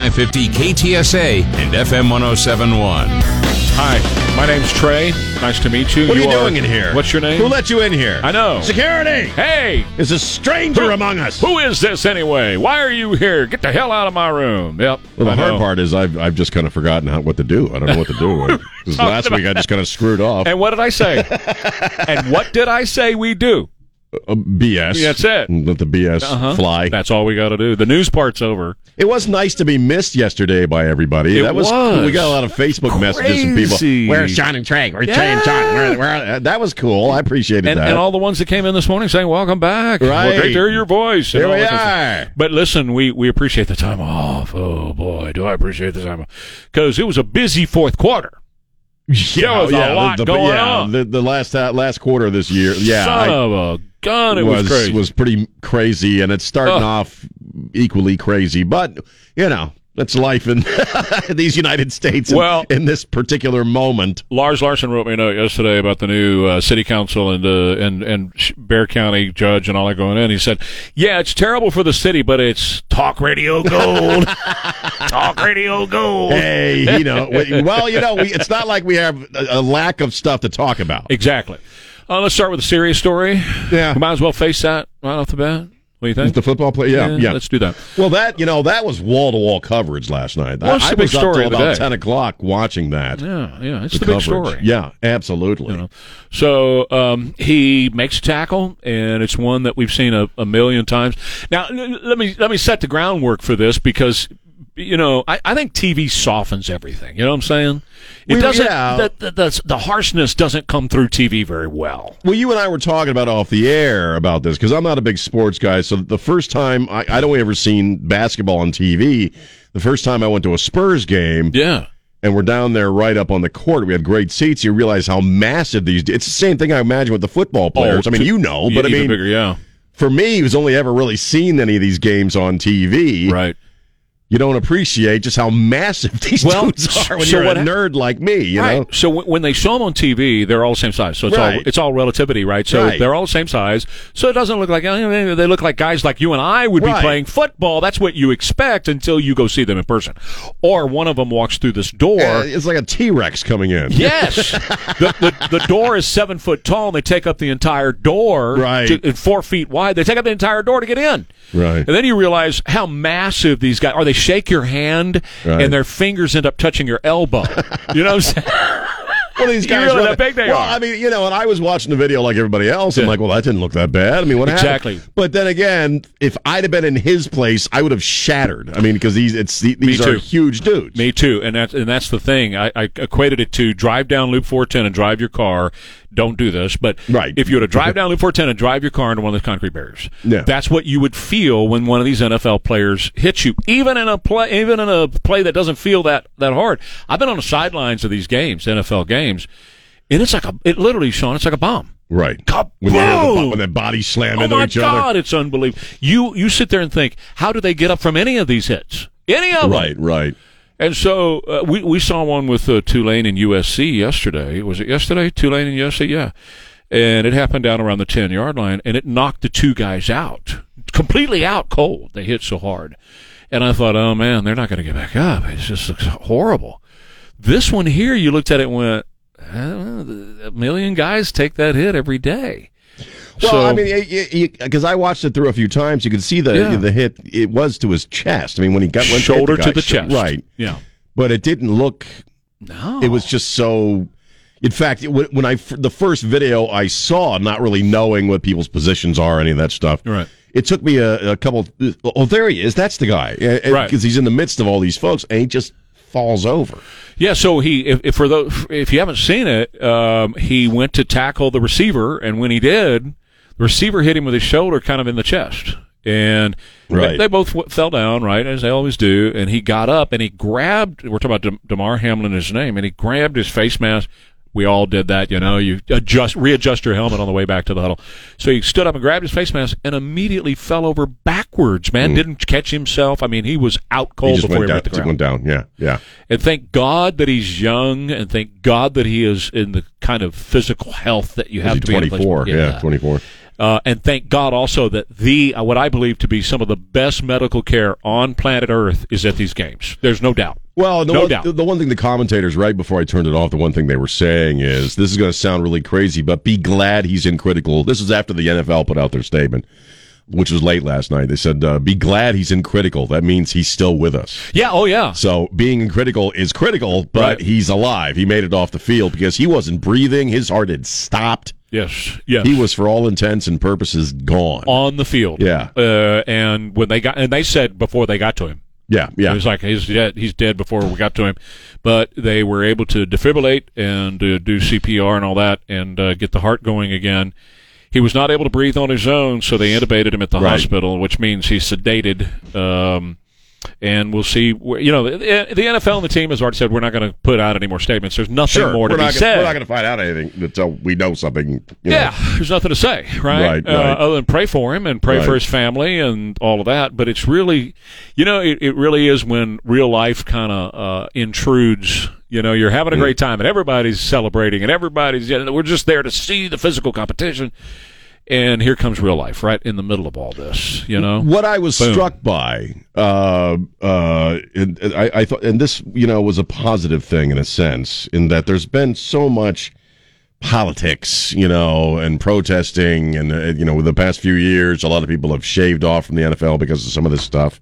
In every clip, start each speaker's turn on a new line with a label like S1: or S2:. S1: 950 KTSA and FM 1071.
S2: Hi, my name's Trey. Nice to meet you.
S3: What are you doing in here?
S2: What's your name?
S3: Who let you in here?
S2: I know.
S3: Security
S2: hey,
S3: is a stranger among us.
S2: who is this anyway? Why are you here? Get the hell out of my room. Yep.
S3: Well, the
S2: I
S3: hard
S2: know.
S3: part is I've, I've just kind of forgotten how, what to do. I don't know what to do. Because last week I just kind of screwed off.
S2: And what did I say? and what did I say we do?
S3: Uh, BS.
S2: That's it. Uh-huh.
S3: And Let the BS fly.
S2: That's all we got to do. The news part's over.
S3: It was nice to be missed yesterday by everybody.
S2: It
S3: that was,
S2: was.
S3: we got a lot of Facebook messages from
S2: Crazy.
S3: people. Where's Sean and Trey? Where's Trey and Sean? Where, where, that was cool. I appreciated
S2: And,
S3: that.
S2: and all the ones that came in this morning saying, "Welcome back,
S3: Right.
S2: great to hear your voice." and
S3: Here
S2: all
S3: we
S2: that kind of stuff.
S3: are.
S2: But listen, we we appreciate the time off. Oh boy, do I appreciate the time off? Because it was a busy fourth quarter.
S3: Yeah,
S2: was a
S3: yeah,
S2: lot
S3: the, the,
S2: going
S3: yeah,
S2: on.
S3: The, the last uh, last quarter of this year, yeah,
S2: Son
S3: I-
S2: of a gun, it was,
S3: was
S2: crazy.
S3: was pretty crazy, and it's starting
S2: Ugh.
S3: off equally crazy. But you know, that's life in these United States. in-
S2: Well-
S3: in this particular moment,
S2: Lars Larson wrote me a note yesterday about the new uh, city council and uh, and and Sh- Bear County judge and all that going in. He said, "Yeah, it's terrible for the city, but it's talk radio gold. talk radio gold.
S3: hey, you know, we- well, you know, we, it's not like we have a, a lack of stuff to talk about.
S2: Exactly. Uh, let's start with a serious story.
S3: Yeah.
S2: We might as well face that right off the bat. What do you think?
S3: The football player, yeah, yeah.
S2: Let's do that.
S3: well, that you know, that was wall to wall coverage last night.
S2: Well, it's
S3: I, I
S2: the big
S3: was
S2: story
S3: up
S2: of
S3: till
S2: the
S3: about
S2: day.
S3: ten o'clock watching that.
S2: Yeah, yeah. It's the,
S3: the
S2: big
S3: coverage.
S2: story.
S3: Yeah, absolutely.
S2: So um, he makes a tackle, and it's one that we've seen a, a million times. Now, l- let me let me set the groundwork for this because you know I, I think TV softens everything. You know what I'm saying? It
S3: We-
S2: doesn't.
S3: yeah.
S2: The, the, the, the harshness doesn't come through TV very well.
S3: Well, you and I were talking about off the air about this because I'm not a big sports guy. So the first time I, I don't ever seen basketball on TV. The first time I went to a Spurs game
S2: Yeah.
S3: and we're down there right up on the court. We have great seats. You realize how massive these. It's the same thing I imagine with the football players. I mean,
S2: Oh, to-
S3: you know, Oh, but I
S2: even
S3: mean,
S2: bigger, yeah,
S3: for me, who's only ever really seen any of these games on TV,
S2: right.
S3: you don't appreciate just how massive these
S2: Well,
S3: dudes are when
S2: so
S3: you're
S2: what
S3: a
S2: hap-
S3: nerd like me. You know,
S2: Right. So w- when they show them on TV, they're all the same size. So it's all
S3: Right.
S2: it's all relativity, right? So
S3: Right.
S2: they're all the same size. So it doesn't look like eh, they look like guys like you and I would
S3: Right.
S2: be playing football. That's what you expect until you go see them in person, or one of them walks through this door.
S3: Uh, it's like a T Rex coming in.
S2: Yes, the, the the door is seven foot tall, and they take up the entire door,
S3: Right.
S2: to- and four feet wide. They take up the entire door to get in,
S3: Right.
S2: And then you realize how massive these guys are. They shake your hand,
S3: Right.
S2: and their fingers end up touching your elbow. you know what I'm saying?
S3: Well, these
S2: You
S3: guys
S2: really
S3: run
S2: how
S3: the-
S2: big they
S3: well,
S2: are.
S3: I mean, you know, and I was watching the video like everybody else. I'm
S2: Yeah.
S3: like, well, that didn't look that bad. I mean, what happened?
S2: Exactly.
S3: But then again, if I'd have been in his place, I would have shattered. I mean, because these it's the- these are
S2: too.
S3: huge dudes.
S2: Me too, and that's and that's the thing. I, I equated it to drive down Loop 410 and drive your car. Don't do this, but
S3: Right.
S2: if you were to drive down Loop 410 and drive your car into one of those concrete barriers,
S3: Yeah.
S2: that's what you would feel when one of these NFL players hits you, even in a play, even in a play that doesn't feel that that hard. I've been on the sidelines of these games, NFL games, and it's like a, it literally, Sean, it's like a bomb.
S3: Right.
S2: Kaboom!
S3: When, they have the bo- when their bodies slam
S2: Oh
S3: into
S2: my
S3: each
S2: God,
S3: other.
S2: it's unbelievable. You you sit there and think, how do they get up from any of these hits? Any of them?
S3: Right, right.
S2: And so uh, we we saw one with uh, Tulane and USC yesterday. Was it yesterday? Tulane and USC, yeah. And it happened down around the ten yard line, and it knocked the two guys out completely out cold. They hit so hard, and I thought, oh man, they're not going to get back up. It just looks horrible. This one here, you looked at it and went, I don't know, a million guys take that hit every day.
S3: Well,
S2: So-
S3: I mean, because I watched it through a few times, you could see the
S2: Yeah.
S3: the hit. It was to his chest. I mean, when he got when
S2: shoulder
S3: hit
S2: to
S3: the guy,
S2: the chest,
S3: right?
S2: Yeah,
S3: But it didn't look
S2: no,
S3: It was just so. In fact, it- when when I f- the first video I saw, not really knowing what people's positions are, any of that stuff.
S2: Right.
S3: It took me a, a couple. Oh, there he is. That's the guy.
S2: Right.
S3: Because he's in the midst of all these folks, and he just falls over.
S2: Yeah, so he if, if for those if you haven't seen it, um, he went to tackle the receiver, and when he did, the receiver hit him with his shoulder, kind of in the chest, and they-
S3: Right.
S2: they, both w- fell down, right as they always do. And he got up and he grabbed. We're talking about Dem- Damar Hamlin, is his name, and he grabbed his face mask. We all did that, you know. You adjust, readjust your helmet on the way back to the huddle. So he stood up and grabbed his face mask and immediately fell over backwards. Man, didn't catch himself. I mean, he was out
S3: Mm. He
S2: cold
S3: just
S2: before he
S3: went down,
S2: hit the
S3: just
S2: ground.
S3: went down. Yeah, yeah.
S2: And thank God that he's young, and thank God that he is in the kind of physical health that you have to be. in a place-
S3: 24. Yeah, 24.
S2: Uh, and thank God also that the uh, what I believe to be some of the best medical care on planet Earth is at these games. There's no doubt.
S3: Well, the,
S2: No
S3: one,
S2: doubt.
S3: the- the one thing the commentators, right before I turned it off, the one thing they were saying is this is going to sound really crazy, but be glad he's in critical. This is after the NFL put out their statement, which was late last night. They said, uh, be glad he's in critical. That means he's still with us.
S2: Yeah. Oh yeah.
S3: So being in critical is critical, but
S2: Right.
S3: he's alive. He made it off the field because he wasn't breathing. His heart had stopped.
S2: Yes. Yes.
S3: He was, for all intents and purposes, gone.
S2: on the field.
S3: Yeah.
S2: Uh, and when they got and they said before they got to him,
S3: Yeah,
S2: It
S3: yeah.
S2: was like he's dead. He's dead before we got to him, but they were able to defibrillate and uh, do CPR and all that, and uh, get the heart going again. He was not able to breathe on his own, so they intubated him at the
S3: Right.
S2: hospital, which means he's sedated. Um, and we'll see. Where, you know, the, the NFL and the team has already said we're not going to put out any more statements. There's nothing
S3: Sure,
S2: more to
S3: we're
S2: be
S3: not
S2: said.
S3: gonna- we're not going to find out anything until we know something. you know.
S2: Yeah, there's nothing to say, right?
S3: Right, right.
S2: Uh, other than pray for him and pray
S3: Right.
S2: for his family and all of that. But it's really, you know, it, it really is when real life kind of uh, intrudes. You know, you're having a
S3: Mm-hmm.
S2: great time and everybody's celebrating and everybody's, you know, we're just there to see the physical competition. And here comes real life right in the middle of all this, you know?
S3: What I was
S2: Boom.
S3: struck by, uh, uh, and, and I, I thought, and this, you know, was a positive thing in a sense, in that there's been so much politics, you know, and protesting, and uh, you know, with the past few years, a lot of people have shaved off from the NFL because of some of this stuff.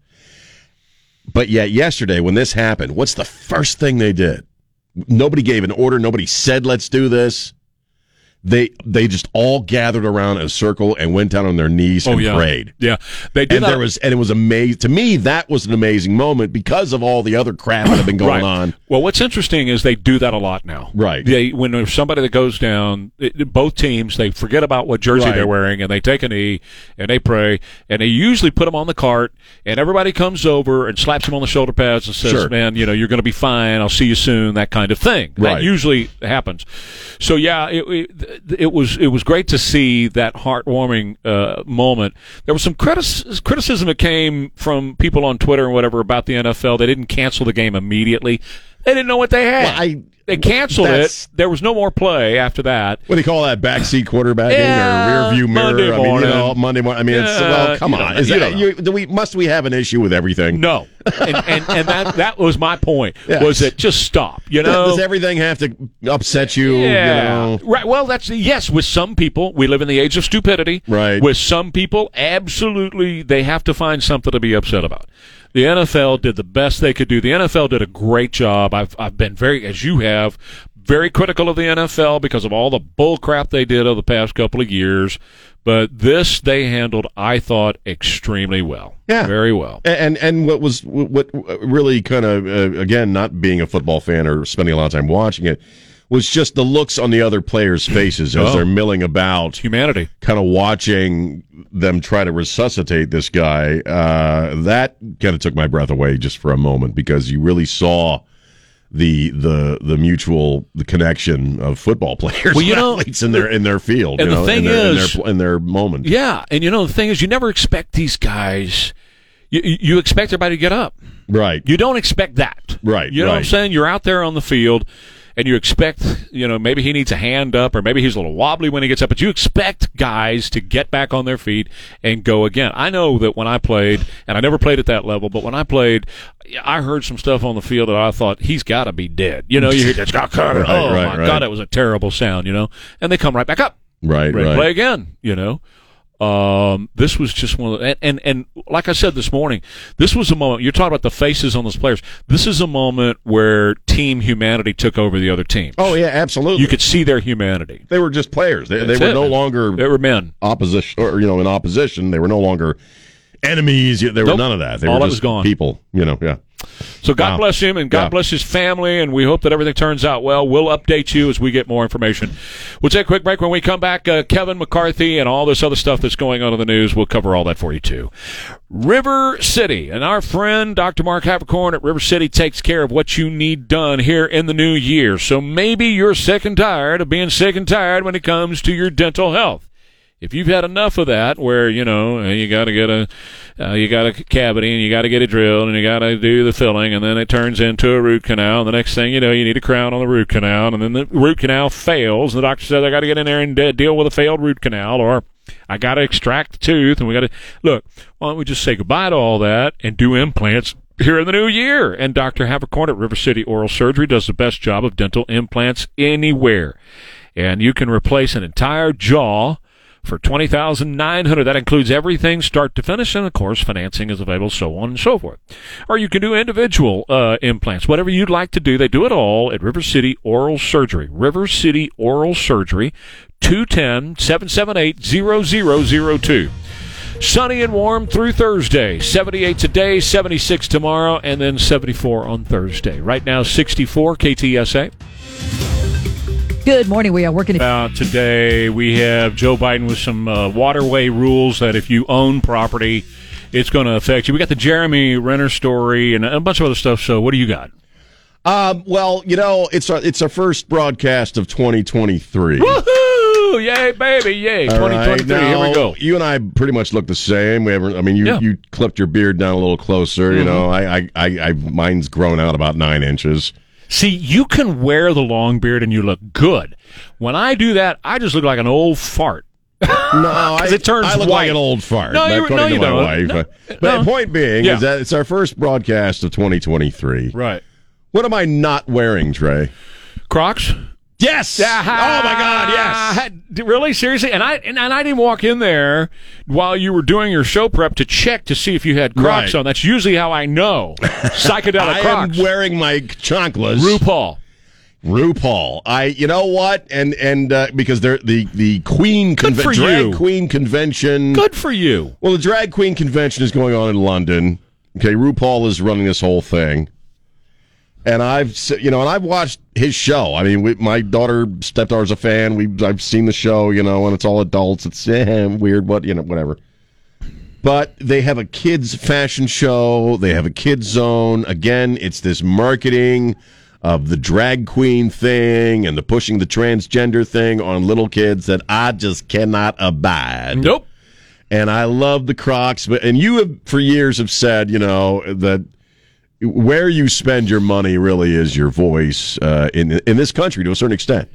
S3: But yet, yesterday when this happened, what's the first thing they did? Nobody gave an order. Nobody said, "Let's do this." They they just all gathered around a circle and went down on their knees
S2: Oh,
S3: and
S2: yeah.
S3: prayed
S2: Yeah. They did
S3: and
S2: not-
S3: there was and it was amazing to me that was an amazing moment because of all the other crap that had been
S2: Right.
S3: going on
S2: Well, what's interesting is they do that a lot now.
S3: Right.
S2: They when there's somebody that goes down, it, it- both teams they forget about what jersey
S3: Right.
S2: they're wearing and they take a knee and they pray and they usually put them on the cart and everybody comes over and slaps them on the shoulder pads and says,
S3: Sure.
S2: "Man, you know you're going to be fine. I'll see you soon." That kind of thing.
S3: Right.
S2: That usually happens. So yeah, it, it, it was it was great to see that heartwarming uh, moment. There was some critis- criticism that came from people on Twitter and whatever about the NFL. They didn't cancel the game immediately. They didn't know what they had.
S3: Well, I-
S2: they canceled
S3: that's-
S2: it. There was no more play after that.
S3: what do you call that backseat quarterbacking
S2: Yeah,
S3: or rear view mirror
S2: Monday
S3: i mean you
S2: morning.
S3: know monday morning i mean it's
S2: Yeah,
S3: well come
S2: you
S3: on
S2: don't-
S3: is
S2: you
S3: that
S2: don't
S3: you, do we must we have an issue with everything
S2: No, and and, and that that was my point.
S3: Yes.
S2: Was that just stop? You know,
S3: does everything have to upset you
S2: Yeah.
S3: you know
S2: Right. Well, that's yes. With some people, we live in the age of stupidity.
S3: Right.
S2: With some people, absolutely, they have to find something to be upset about. The NFL did the best they could do. The NFL did a great job. I've I've been very, as you have, very critical of the NFL because of all the bull crap they did over the past couple of years. But this they handled, I thought, extremely well.
S3: Yeah.
S2: Very well.
S3: and and what was what really kind of uh, again not being a football fan or spending a lot of time watching it was just the looks on the other players' faces as
S2: Oh.
S3: they're milling about
S2: Humanity.
S3: kind of watching them try to resuscitate this guy, uh, that kind of took my breath away just for a moment because you really saw the the the mutual the connection of football players,
S2: Well, you
S3: and
S2: know-
S3: athletes in their in their field,
S2: and
S3: you
S2: the
S3: know,
S2: thing
S3: in their,
S2: is-
S3: in their, in their moment.
S2: Yeah. And you know the thing is, you never expect these guys. You, you you expect everybody to get up.
S3: right?
S2: You don't expect that.
S3: Right,
S2: You know what I'm
S3: right.
S2: saying? You're out there on the field and you expect, you know, maybe he needs a hand up or maybe he's a little wobbly when he gets up, but you expect guys to get back on their feet and go again. I know that when I played, and I never played at that level, but when I played, I heard some stuff on the field that I thought, he's got to be dead. You know, you hear that, oh
S3: Right, right,
S2: my
S3: right.
S2: God, that was a terrible sound, you know? And they come right back up
S3: right,
S2: ready
S3: right.
S2: to play again. You know, um, this was just one of the, and, and and like I said this morning, this was a moment. You're talking about the faces on those players. This is a moment where team humanity took over the other team.
S3: Oh yeah, absolutely.
S2: you could see their humanity.
S3: they were just players. They, they
S2: That's
S3: were
S2: it.
S3: no longer
S2: They were men.
S3: opposition, or you know, in opposition. They were no longer enemies. They were
S2: Nope.
S3: none of that. They
S2: All
S3: were
S2: that was
S3: just
S2: gone.
S3: people. You know, yeah.
S2: So God
S3: Wow.
S2: bless him and God
S3: Yeah.
S2: bless his family, and we hope that everything turns out well. We'll update you as we get more information. We'll take a quick break. When we come back, uh, Kevin McCarthy and all this other stuff that's going on in the news, we'll cover all that for you too. River City and our friend Dr. Mark Havercorn at River City takes care of what you need done here in the new year. So maybe you're sick and tired of being sick and tired when it comes to your dental health if you've had enough of that, where you know uh, you got to get a uh, you got a cavity and you got to get it drilled and you got to do the filling, and then it turns into a root canal. And the next thing you know, you need a crown on the root canal, and then the root canal fails, and the doctor says I got to get in there and de- deal with a failed root canal, or I got to extract the tooth, and we got to look. Why don't we just say goodbye to all that and do implants? Here in the new year, and Dr. Havercorn at River City Oral Surgery does the best job of dental implants anywhere. And you can replace an entire jaw for twenty thousand nine hundred. That includes everything, start to finish, and of course, financing is available, so on and so forth. Or you can do individual uh, implants, whatever you'd like to do. They do it all at River City Oral Surgery. River City Oral Surgery, 210-778-0002. Sunny and warm through Thursday. 78 today, 76 tomorrow, and then 74 on Thursday. Right now, 64 KTSA.
S4: Good morning. We are working.
S2: About today, we have Joe Biden with some uh, waterway rules that if you own property, it's going to affect you. We got the Jeremy Renner story and a bunch of other stuff. So, what do you got?
S3: Um, well, you know, it's our, it's our first broadcast of 2023.
S2: Woohoo! Yay, baby! Yay!
S3: All right,
S2: 2023. Here
S3: now,
S2: we go.
S3: You and I pretty much look the same. We haven't. I mean, you
S2: Yeah. Mm-hmm.
S3: you clipped your beard down a little closer. You know, I, I I I mine's grown out about nine inches.
S2: See, you can wear the long beard and you look good. When I do that, I just look like an old fart.
S3: No, I,
S2: it turns
S3: I look
S2: white.
S3: like an old fart.
S2: No, you-
S3: according
S2: no,
S3: to
S2: you
S3: my
S2: don't.
S3: wife.
S2: No,
S3: but
S2: no.
S3: the point being
S2: Yeah.
S3: is that it's our first broadcast of 2023.
S2: Right.
S3: What am I not wearing, Trey?
S2: Crocs.
S3: Yes. Oh my God. Yes.
S2: yes! Really, seriously, and I and, and I didn't walk in there while you were doing your show prep to check to see if you had Crocs
S3: Right.
S2: on. That's usually how I know psychedelic
S3: I am
S2: Crocs.
S3: wearing my chanclas.
S2: RuPaul.
S3: RuPaul. I, you know what, and and uh, because they're the the Queen
S2: for
S3: convention, drag
S2: you.
S3: Queen convention.
S2: Good for you.
S3: Well, the drag queen convention is going on in London. Okay, RuPaul is running this whole thing, and I've s- you know, and I've watched his show. I mean, we, my daughter stepdaughter's a fan. We I've seen the show, you know, and it's all adults. It's eh, weird, what you know, whatever. But they have a kids fashion show. They have a kids zone. Again, it's this marketing of the drag queen thing and the pushing the transgender thing on little kids that I just cannot abide
S2: Nope.
S3: and I love the Crocs. But and you have for years have said, you know, that where you spend your money really is your voice uh, in in this country to a certain extent.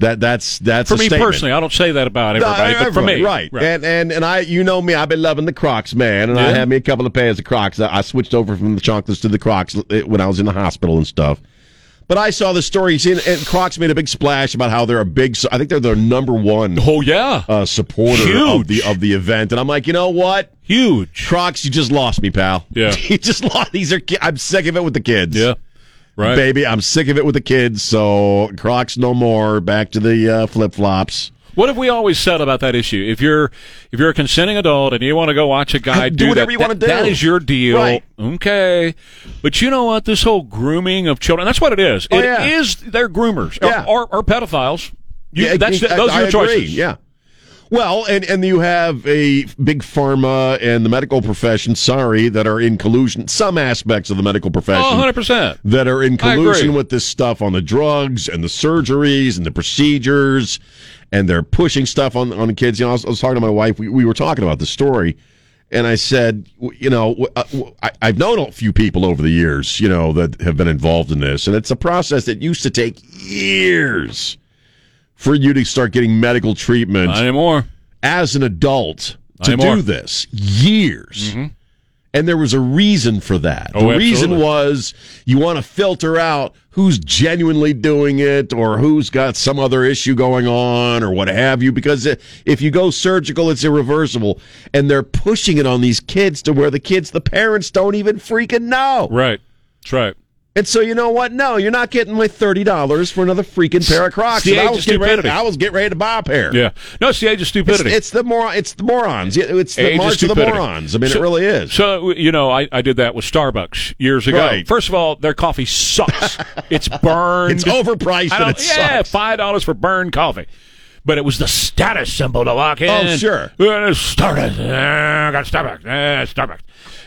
S3: That that's that's
S2: For
S3: a
S2: me
S3: statement.
S2: personally, I don't say that about
S3: No,
S2: everybody, but for me,
S3: right? And and and I, you know me, I've been loving the Crocs, man. And I
S2: Yeah.
S3: had me a couple of pairs of Crocs. I, I switched over from the chonklets to the Crocs eh, when I was in the hospital and stuff. But I saw the stories, in, and Crocs made a big splash about how they're a big. I think they're their number one
S2: oh yeah,
S3: uh, supporter
S2: Huge.
S3: of the of the event, and I'm like, you know what?
S2: huge.
S3: Crocs, you just lost me, pal.
S2: Yeah.
S3: you just lost. These are. ki- I'm sick of it with the kids.
S2: Yeah, right.
S3: baby, I'm sick of it with the kids. So Crocs, no more. Back to the uh, flip flops.
S2: What have we always said about that issue? If you're if you're a consenting adult and you want to go watch a guy
S3: Uh, do whatever
S2: that,
S3: you wanna
S2: that- that
S3: do.
S2: is your deal.
S3: Right.
S2: Okay, but you know what? This whole grooming of children—that's what it is. It
S3: Oh, yeah.
S2: is- they're groomers
S3: Yeah.
S2: or, or, or pedophiles. You,
S3: Yeah,
S2: that's
S3: I-
S2: those
S3: I
S2: are your
S3: agree.
S2: choices.
S3: Yeah. Well, and and you have a big pharma and the medical profession. Sorry, that are in collusion. Some aspects of the medical profession.
S2: Oh, 100 percent.
S3: that are in
S2: I agree.
S3: collusion with this stuff on the drugs and the surgeries and the procedures, and they're pushing stuff on on the kids. You know, I was, I was talking to my wife. We, we were talking about the story, and I said, w- you know, w- uh, w- I, have known a few people over the years, you know, that have been involved in this, and it's a process that used to take years for you to start getting medical treatment
S2: Not anymore.
S3: as an adult to
S2: Anymore. Mm-hmm.
S3: do this years. And there was a reason for that.
S2: Oh,
S3: the reason
S2: absolutely.
S3: was you want to filter out who's genuinely doing it or who's got some other issue going on or what have you. Because i- if you go surgical, it's irreversible. And they're pushing it on these kids to where the kids, the parents don't even freaking know.
S2: Right. That's right.
S3: And so you know what? No, you're not getting my thirty dollars for another freaking pair of Crocs.
S2: It's the
S3: And
S2: age
S3: I was
S2: of
S3: getting ready.
S2: stupidity.
S3: I was getting ready to buy a pair.
S2: Yeah. No, it's the age of
S3: It's,
S2: stupidity.
S3: it's the moron. It's the morons. Yeah, It's the
S2: Age of
S3: march of the
S2: stupidity.
S3: morons. I mean,
S2: So-
S3: it really is.
S2: So you know, I, I did that with Starbucks years ago.
S3: Right.
S2: First of all, their coffee sucks. it's burned.
S3: It's overpriced
S2: I
S3: and
S2: don't-
S3: it
S2: yeah,
S3: sucks.
S2: five dollars for burned coffee. But it was the status symbol to walk in.
S3: Oh, sure.
S2: Uh, Starbucks. Uh, got Starbucks. Uh, Starbucks.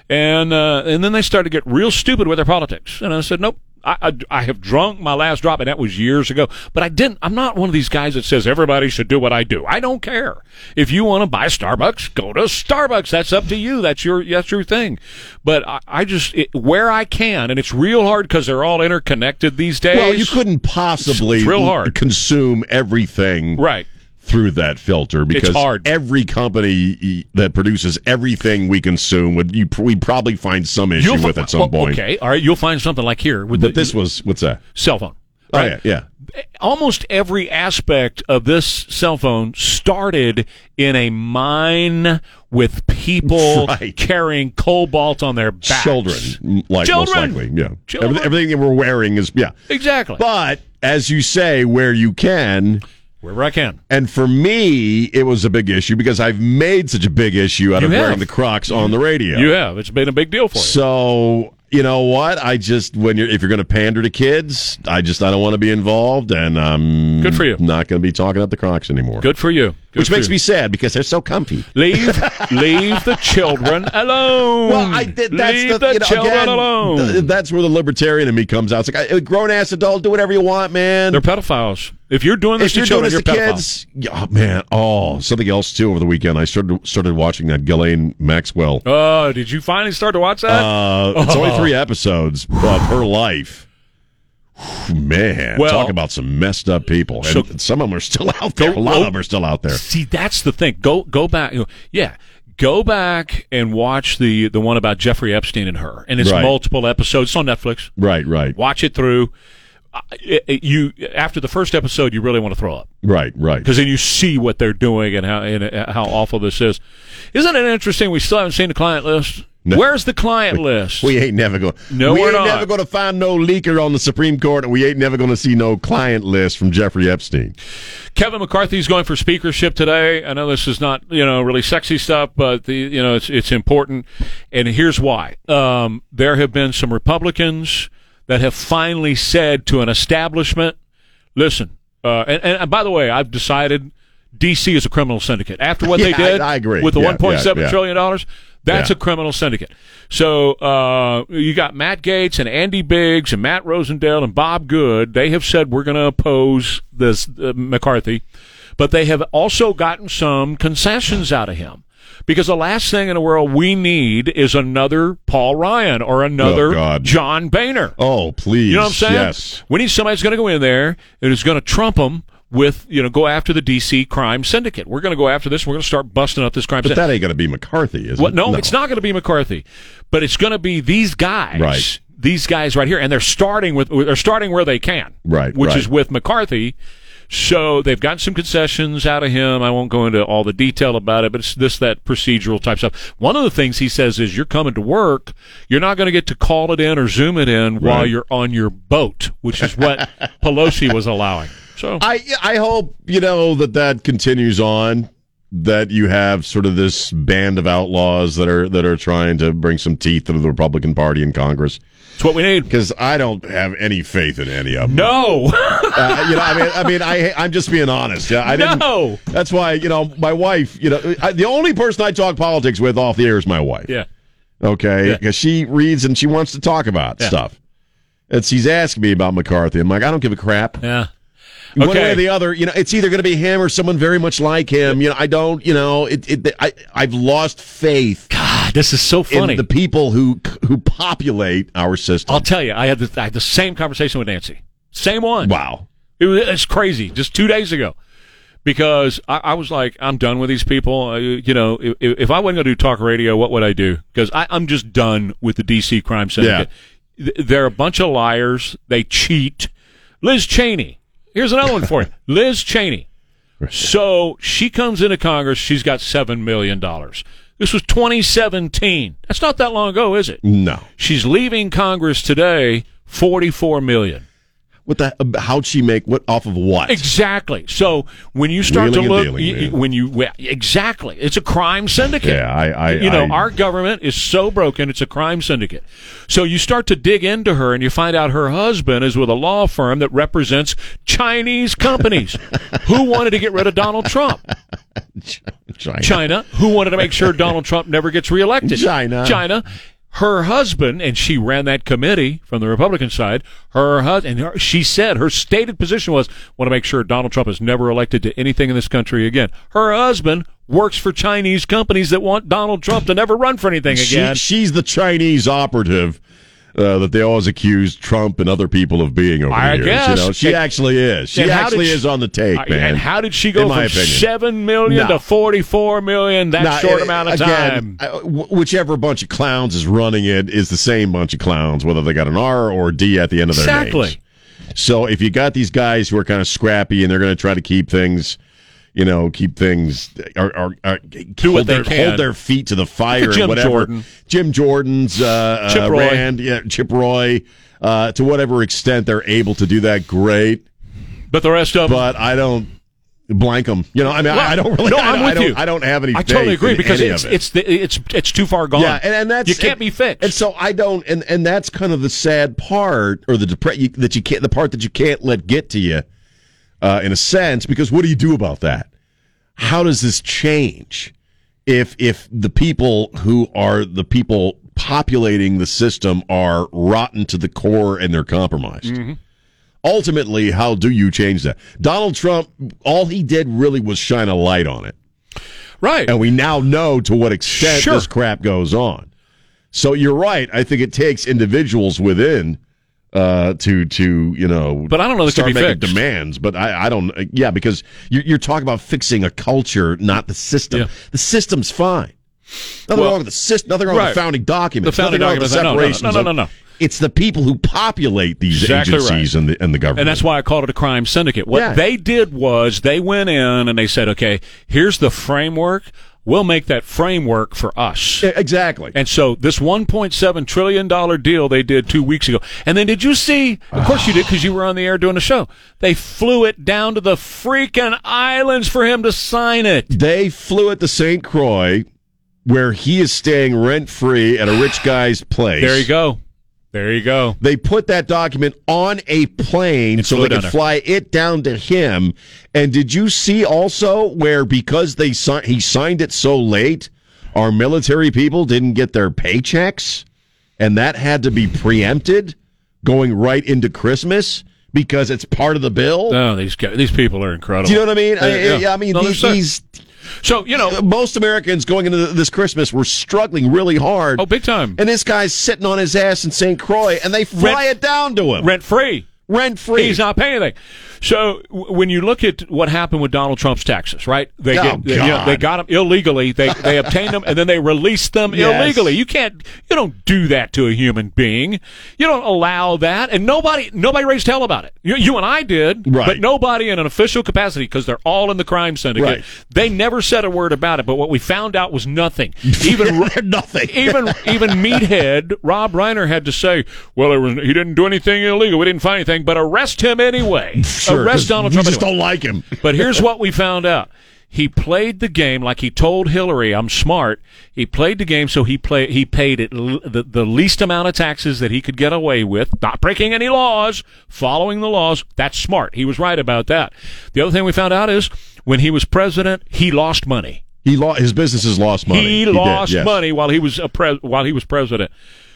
S2: And uh, and then they started to get real stupid with their politics. And I said, nope. I, I, I have drunk my last drop, and that was years ago. But I didn't. I'm not one of these guys that says everybody should do what I do. I don't care. If you want to buy Starbucks, go to Starbucks. That's up to you. That's your that's your thing. But I, I just it, where I can, and it's real hard because they're all interconnected these days.
S3: Well, you couldn't possibly
S2: It's real hard.
S3: consume everything
S2: Right.
S3: through that filter because
S2: hard.
S3: every company that produces everything we consume would you we'd probably find some issue
S2: fi-
S3: with at some
S2: well,
S3: point.
S2: Okay, all right. You'll find something like here with the,
S3: But this was what's that?
S2: cell phone.
S3: Oh
S2: Right.
S3: yeah, yeah.
S2: Almost every aspect of this cell phone started in a mine with people
S3: Right.
S2: carrying cobalt on their backs.
S3: Children, m- like most
S2: Children!
S3: likely, yeah.
S2: Children.
S3: Everything, everything that we're wearing is yeah.
S2: Exactly.
S3: But as you say, where you can,
S2: Wherever I can.
S3: And for me, it was a big issue because I've made such a big issue out
S2: You
S3: of
S2: have.
S3: wearing the Crocs on the radio.
S2: You have. It's been a big deal for you.
S3: So you know what? I just when you're if you're going to pander to kids, I just I don't want to be involved, and I'm
S2: Good for you.
S3: Not going to be talking about the Crocs anymore.
S2: Good for you. Good
S3: Which
S2: for
S3: makes
S2: you.
S3: me sad because they're so comfy.
S2: leave leave the children alone.
S3: Well, I did. That's
S2: leave
S3: the, you know,
S2: children
S3: again,
S2: alone.
S3: th- that's where the libertarian in me comes out. It's like, a grown ass adult, do whatever you want, man.
S2: they're pedophiles. If you're doing this
S3: if
S2: to
S3: you're doing
S2: children,
S3: this to
S2: you're pedophiles.
S3: kids, yeah, oh, man. Oh, something else too. Over the weekend, I started started watching that Ghislaine Maxwell
S2: Oh, did you finally start to watch that?
S3: Uh, it's only three episodes of her life. Man,
S2: Well-
S3: talk about some messed up people. And
S2: So- Oh,
S3: some of them are still out there. A lot of them are still out there.
S2: See, that's the thing. Go go back. you know, Yeah, go back and watch the the one about Jeffrey Epstein and her, and it's
S3: Right.
S2: multiple episodes. It's on Netflix.
S3: Right, right,
S2: Watch it through. Uh, it- it- you after the first episode, you really want to throw up
S3: right, right.
S2: because then you see what they're doing and how and uh, how awful this is. Isn't it interesting? We still haven't seen the client list.
S3: No.
S2: Where's the client list?
S3: We ain't never going.
S2: No,
S3: we
S2: we're
S3: ain't
S2: not.
S3: never going to find no leaker on the Supreme Court, and we ain't never going to see no client list from Jeffrey Epstein.
S2: Kevin McCarthy's going for speakership today. I know this is not you know really sexy stuff, but the you know it's it's important, and here's why. Um, there have been some Republicans that have finally said to an establishment, "Listen," uh, and, and by the way, I've decided D.C. is a criminal syndicate after what they
S3: Yeah, I-
S2: did.
S3: I agree.
S2: with the
S3: Yeah,
S2: one point seven
S3: yeah, yeah.
S2: trillion dollars. That's
S3: Yeah.
S2: a criminal syndicate. So uh, you got Matt Gates and Andy Biggs and Matt Rosendale and Bob Good. They have said we're going to oppose this uh, McCarthy, but they have also gotten some concessions out of him. Because the last thing in the world we need is another Paul Ryan or another
S3: Oh, God.
S2: John Boehner.
S3: Oh, please!
S2: You know what I'm saying?
S3: Yes.
S2: We need somebody that's going to go in there and is going to trump them with, you know, go after the D.C. crime syndicate. We're going to go after this. We're going to start busting up this crime
S3: But
S2: syndicate.
S3: that ain't going to be McCarthy, is
S2: What?
S3: it?
S2: No, it's not going to be McCarthy, but it's going to be these guys.
S3: Right.
S2: These guys right here, and they're starting with they're starting where they can.
S3: Right,
S2: Which
S3: right.
S2: is with McCarthy. So they've gotten some concessions out of him. I won't go into all the detail about it, but it's this that procedural type stuff. One of the things he says is, "You're coming to work. You're not going to get to call it in or zoom it in while
S3: Right.
S2: you're on your boat," which is what Pelosi was allowing. So
S3: I I hope you know that that continues on. That you have sort of this band of outlaws that are that are trying to bring some teeth into the Republican Party in Congress.
S2: it's what we need.
S3: Because I don't have any faith in any of them.
S2: No,
S3: Uh, you know, I mean, I mean, I I'm just being honest. Yeah, I didn't.
S2: No.
S3: That's why you know my wife. You know, I, the only person I talk politics with off the air is my wife.
S2: yeah.
S3: Okay,
S2: Yeah.
S3: because she reads and she wants to talk about
S2: Yeah.
S3: stuff. And she's asking me about McCarthy. I'm like, I don't give a crap.
S2: Yeah.
S3: One way
S2: Okay.
S3: or the other, you know, it's either going to be him or someone very much like him. You know, I don't, you know, it, it I I've lost faith
S2: God, Ah, this is so funny.
S3: in the people who who populate our system.
S2: I'll tell you, I had, the, I had the same conversation with Nancy. Same one.
S3: wow.
S2: It was, it's crazy. Just two days ago. Because I, I was like, I'm done with these people. Uh, you know, if, if I wasn't going to do talk radio, what would I do? Because I'm just done with the D.C. crime syndicate. Th- They're a bunch of liars. They cheat. Liz Cheney. Here's another one for you. Liz Cheney. So she comes into Congress. She's got $7 million. This was 2017. That's not that long ago, is it?
S3: No.
S2: She's leaving Congress today 44 million.
S3: What the? How'd she make? What off of what?
S2: Exactly. So when you start
S3: Wheeling
S2: to
S3: and
S2: look,
S3: dealing,
S2: you- you-
S3: yeah.
S2: when you well, exactly, it's a crime syndicate.
S3: Yeah, I- I-
S2: you know,
S3: I-
S2: our government is so broken; it's a crime syndicate. So you start to dig into her, and you find out her husband is with a law firm that represents Chinese companies who wanted to get rid of Donald Trump.
S3: China.
S2: China, who wanted to make sure Donald Trump never gets reelected.
S3: China.
S2: China. Her husband, and she ran that committee from the Republican side. Her husband, and her, she said her stated position was want to make sure Donald Trump is never elected to anything in this country again. Her husband works for Chinese companies that want Donald Trump to never run for anything
S3: She,
S2: again.
S3: she's the Chinese operative uh, that they always accuse Trump and other people of being over
S2: I
S3: here. You
S2: guess.
S3: know, she
S2: And-
S3: actually is. She
S2: and how did
S3: actually
S2: she-
S3: is on the take,
S2: Uh,
S3: man.
S2: And how did she
S3: In
S2: go
S3: my
S2: from
S3: opinion.
S2: seven million
S3: No.
S2: to forty-four million that
S3: Now,
S2: short
S3: it-
S2: amount of time?
S3: again, uh, wh- whichever bunch of clowns is running it is the same bunch of clowns, whether they got an R or a D at the end of their
S2: Exactly.
S3: names. So if you got these guys who are kind of scrappy and they're going to try to keep things, you know, keep things or, or, or
S2: what
S3: hold,
S2: they
S3: their,
S2: can.
S3: hold their feet to the fire
S2: Jim
S3: and whatever.
S2: Jordan.
S3: Jim Jordan's uh,
S2: Chip
S3: uh,
S2: Roy.
S3: Rand, yeah, Chip Roy, uh, to whatever extent they're able to do that, great.
S2: But the rest of them,
S3: But I don't blank them. You know, I mean,
S2: Well,
S3: I, I don't really.
S2: no,
S3: I,
S2: I'm
S3: don't- I
S2: with
S3: don't,
S2: you.
S3: I don't have any.
S2: I totally
S3: faith
S2: agree
S3: in
S2: because
S3: any
S2: it's
S3: of it.
S2: it's the, it's it's too far gone.
S3: Yeah, and, and that's
S2: you can't be fixed.
S3: And so I don't, and and that's kind of the sad part, or the depre- you, that you can't, the part that you can't let get to you, uh, in a sense, because what do you do about that? How does this change if if the people who are the people populating the system are rotten to the core and they're compromised?
S2: Mm-hmm.
S3: Ultimately, how do you change that? Donald Trump, all he did really was shine a light on it
S2: right.
S3: and we now know to what extent
S2: Sure.
S3: this crap goes on. So you're right. I think it takes individuals within uh, to to you know,
S2: But I don't know that
S3: start
S2: can be
S3: making
S2: fixed.
S3: demands. But I, I don't. Yeah, because you're, you're talking about fixing a culture, not the system.
S2: Yeah.
S3: The system's fine. Nothing
S2: Well,
S3: wrong with the system. Nothing wrong
S2: right.
S3: with the founding documents.
S2: The founding
S3: nothing wrong with the
S2: documents, no, no,
S3: separations.
S2: no, no, no, no.
S3: It's the people who populate these
S2: Exactly right.
S3: agencies and the and the government.
S2: And that's why I called it a crime syndicate. What
S3: Yeah.
S2: they did was they went in and they said, okay, here's the framework. We'll make that framework for us.
S3: Yeah, E, exactly.
S2: And so this $1.7 trillion deal they did two weeks ago. And then did you see? Of course you did because you were on the air doing a show. They flew it down to the freaking islands for him to sign it.
S3: They flew it to St. Croix, where he is staying rent free at a rich guy's place.
S2: There you go. There you go.
S3: They put that document on a plane
S2: And
S3: so
S2: flew it
S3: they could
S2: down there.
S3: fly it down to him. And did you see also where because they si- he signed it so late, our military people didn't get their paychecks, and that had to be preempted, going right into Christmas because it's part of the bill.
S2: Oh, these guys, these people are incredible.
S3: Do you know what I mean? I,
S2: uh, Yeah.
S3: I- I mean
S2: No, they're
S3: these,
S2: so-
S3: these
S2: so you know,
S3: most Americans going into this Christmas were struggling really hard.
S2: oh, big time,
S3: And this guy's sitting on his ass in St. Croix, and they fly
S2: Rent-
S3: it down to him
S2: rent free.
S3: rent free.
S2: He's not paying anything. So w- when you look at what happened with Donald Trump's taxes, right? They
S3: Oh,
S2: get, they, you know,
S3: God.
S2: they got them illegally. They they obtained them and then they released them
S3: Yes.
S2: illegally. You can't you don't do that to a human being. You don't allow that. And nobody nobody raised hell about it. You, you and I did,
S3: Right.
S2: but nobody in an official capacity because they're all in the crime syndicate.
S3: Right.
S2: They never said a word about it. But what we found out was nothing. Even
S3: nothing.
S2: even even Meathead Rob Reiner had to say, "Well, there was, he didn't do anything illegal. We didn't find anything, but arrest him anyway.
S3: Sure, 'cause
S2: arrest Donald Trump."
S3: We just
S2: anyway."
S3: don't like him.
S2: but here's what we found out: he played the game like he told Hillary, "I'm smart." He played the game so he play he paid it l- the, the least amount of taxes that he could get away with, not breaking any laws, following the laws. That's smart. He was right about that. The other thing we found out is when he was president, he lost money.
S3: He lost his businesses lost money.
S2: He,
S3: did,
S2: lost
S3: yes.
S2: money while he was a pres while he was president.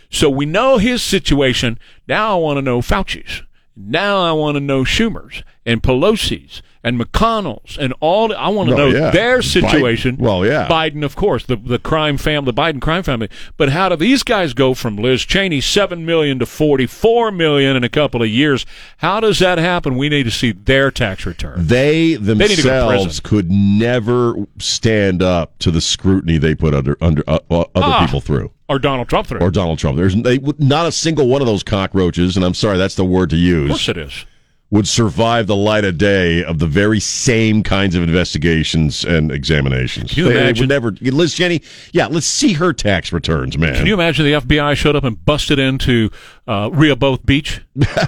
S2: So we know his situation. Now I want to know Fauci's. Now I want to know Schumer's and Pelosi's and McConnell's and all. the- I want to
S3: Well,
S2: know
S3: yeah.
S2: their situation.
S3: Biden- well, yeah.
S2: Biden, of course, the the crime family, the Biden crime family. But how do these guys go from Liz Cheney seven million to forty four million in a couple of years? How does that happen? We need to see their tax return.
S3: They
S2: to go to
S3: themselves
S2: prison.
S3: could never stand up to the scrutiny they put under under uh, uh, other
S2: Ah.
S3: people through.
S2: Or Donald Trump through.
S3: Or Donald Trump. There's they, would- not a single one of those cockroaches, and I'm sorry, that's the word to
S2: of
S3: use.
S2: course it is.
S3: would survive the light of day of the very same kinds of investigations and examinations.
S2: Can you
S3: They- they
S2: imagine?
S3: would never, Liz Jenny, yeah, let's see her tax returns, man.
S2: Can you imagine the FBI showed up and busted into uh, Rehoboth Beach.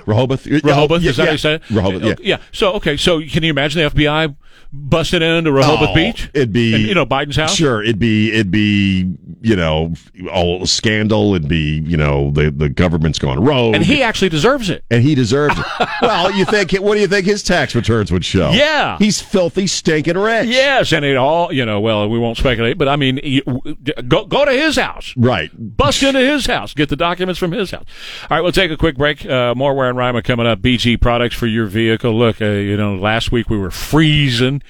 S3: Rehoboth.
S2: Rehoboth,
S3: Yeah,
S2: is that
S3: yeah.
S2: how you say it?
S3: Rehoboth, yeah.
S2: Okay, So, okay, so can you imagine the FBI busted into Rehoboth
S3: Oh,
S2: Beach?
S3: It'd be
S2: And, you know, Biden's house?
S3: Sure, it'd be it'd be you know all scandal. It'd be you know the the government's gone rogue,
S2: And he actually deserves it.
S3: and he deserves it. well, you think what do you think his tax returns would show?
S2: Yeah.
S3: he's filthy, stinking rich.
S2: Yes, and it all, you know, well, we won't speculate, but I mean, you- w- go, go to his house.
S3: right.
S2: Bust into his house. Get the documents from his house. All right, we'll take a quick break. Uh, more Ware and Rhyme are coming up. BG products for your vehicle. Look, uh, you know, last week we were freezing.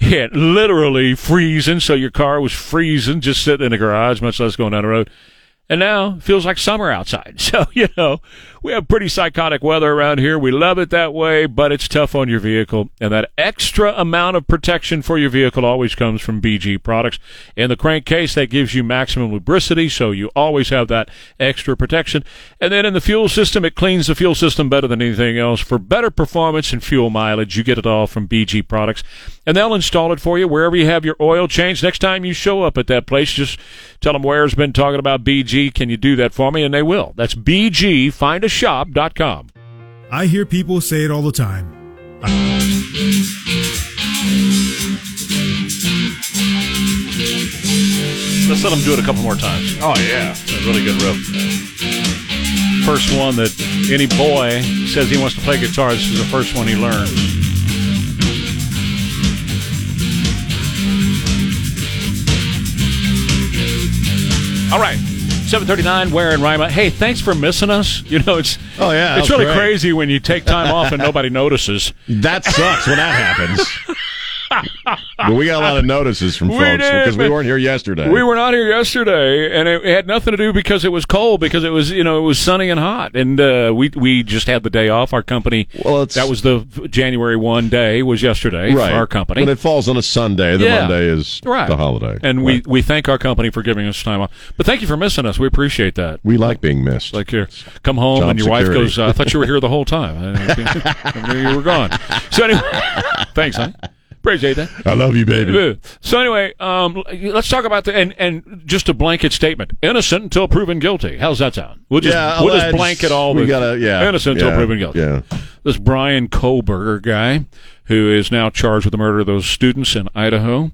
S2: Yeah, literally freezing. So your car was freezing just sitting in the garage, much less going down the road. And now it feels like summer outside. So, you know, we have pretty psychotic weather around here. We love it that way, but it's tough on your vehicle. And that extra amount of protection for your vehicle always comes from BG products. In the crankcase, that gives you maximum lubricity, so you always have that extra protection. And then in the fuel system, it cleans the fuel system better than anything else. For better performance and fuel mileage, you get it all from BG products. And they'll install it for you wherever you have your oil change. Next time you show up at that place, just tell them Ware's been talking about BG. Can you do that for me? And they will. That's BGFindAShop.com.
S5: I hear people say it all the time.
S2: Let's let them do it a couple more times.
S3: Oh yeah.
S2: It's a really good riff. First one that any boy says he wants to play guitar. This is the first one he learns. All right. 739, Ware and Rima. Hey, thanks for missing us. You know, it's
S3: Oh, yeah,
S2: it's
S3: that was
S2: really
S3: great.
S2: crazy when you take time off and nobody notices.
S3: That sucks when that happens. but we got a lot of notices from
S2: We
S3: folks
S2: did,
S3: because we
S2: but-
S3: weren't here yesterday.
S2: We were not here yesterday, and it, it had nothing to do because it was cold. Because it was you know it was sunny and hot, and uh, we we just had the day off. Our company
S3: Well, it's-
S2: that was the January one day was yesterday
S3: right.
S2: for our company.
S3: When it falls on a Sunday, the
S2: Yeah.
S3: Monday is
S2: Right.
S3: the holiday,
S2: and
S3: Right.
S2: we, we thank our company for giving us time off. But thank you for missing us. We appreciate that.
S3: we like being missed.
S2: Like you come home
S3: Job
S2: and your wife
S3: security.
S2: goes, "I thought you were here the whole time. I I knew you were gone." So anyway, thanks, honey. Appreciate that.
S3: I love you, baby.
S2: Ugh. So anyway, um, let's talk about the and and just a blanket statement: innocent until proven guilty. How's that sound? We'll just
S3: Yeah,
S2: we'll just
S3: alleged.
S2: blanket all
S3: We
S2: the
S3: gotta- yeah,
S2: innocent until
S3: yeah,
S2: proven guilty.
S3: yeah.
S2: This Brian Kohlberger guy, who is now charged with the murder of those students in Idaho.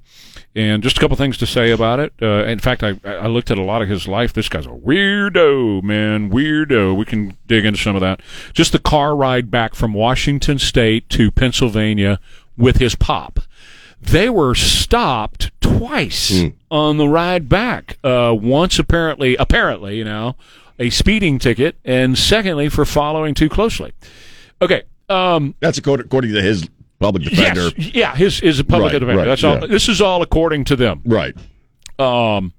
S2: And just a couple things to say about it. Uh, in fact, I, I looked at a lot of his life. This guy's a weirdo, man, weirdo. We can dig into some of that. Just the car ride back from Washington State to Pennsylvania with his pop they were stopped twice
S3: Hmm.
S2: on the ride back. Uh, once apparently, apparently, you know, a speeding ticket, and secondly for following too closely. Okay. Um,
S3: That's according, according to his public defender.
S2: yes, yeah, his his a public
S3: Right,
S2: defender.
S3: right,
S2: That's all.
S3: yeah.
S2: This is all according to them.
S3: Right.
S2: Um,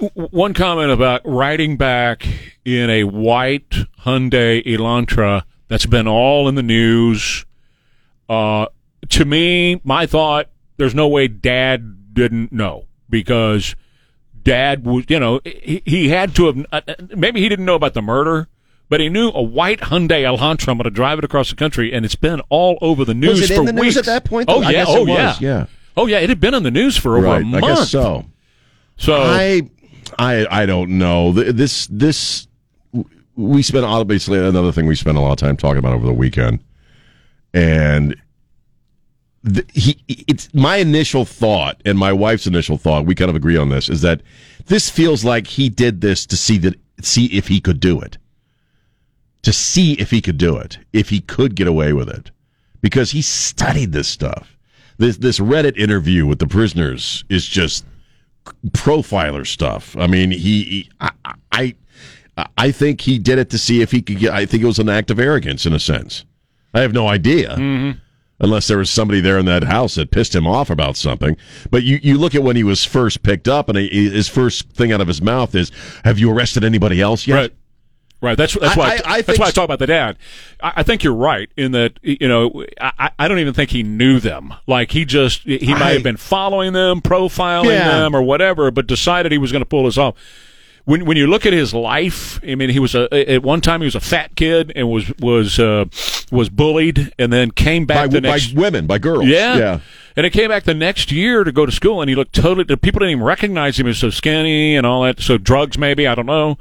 S2: w- one comment about riding back in a white Hyundai Elantra that's been all in the news. Uh, to me, my thought: there's no way Dad didn't know because Dad was, you know, he, he had to have. Uh, maybe he didn't know about the murder. But he knew a white Hyundai Elantra. I'm going to drive it across the country, and it's been all over the news
S3: Was it
S2: for
S3: in the
S2: weeks.
S3: news at that point?
S2: Oh
S3: though?
S2: yeah,
S3: I guess
S2: oh
S3: it was.
S2: yeah,
S3: yeah.
S2: Oh yeah, it had been in the news for over
S3: right.
S2: a month.
S3: I guess so.
S2: So
S3: I, I, I don't know. Th- This, this, we spent obviously another thing we spent a lot of time talking about over the weekend, and the, he, it's my initial thought and my wife's initial thought. We kind of agree on this is that this feels like he did this to see that see if he could do it, to see if he could do it, if he could get away with it, because he studied this stuff. This this Reddit interview with the prisoners is just profiler stuff. I mean, he, he I, I, I think he did it to see if he could get. I think it was an act of arrogance in a sense. I have no idea,
S2: Mm-hmm.
S3: unless there was somebody there in that house that pissed him off about something. But you, you look at when he was first picked up, and he, his first thing out of his mouth is, "Have you arrested anybody else yet?"
S2: Right. Right. That's that's
S3: I-
S2: why I,
S3: I- I
S2: that's
S3: think-
S2: why I talk about the dad. I, I think you're right in that you know I, I- I don't even think he knew them. Like he just he might
S3: I-
S2: have been following them, profiling
S3: Yeah.
S2: them, or whatever, but decided he was going to pull this off. When when you look at his life, I mean, he was a at one time he was a fat kid and was was uh, was bullied, and then came
S3: By,
S2: back the
S3: by
S2: next
S3: women, by girls.
S2: yeah.
S3: yeah.
S2: And it came back the next year to go to school, and he looked totally. The people didn't even recognize him. He was so skinny and all that. So drugs, maybe I don't know.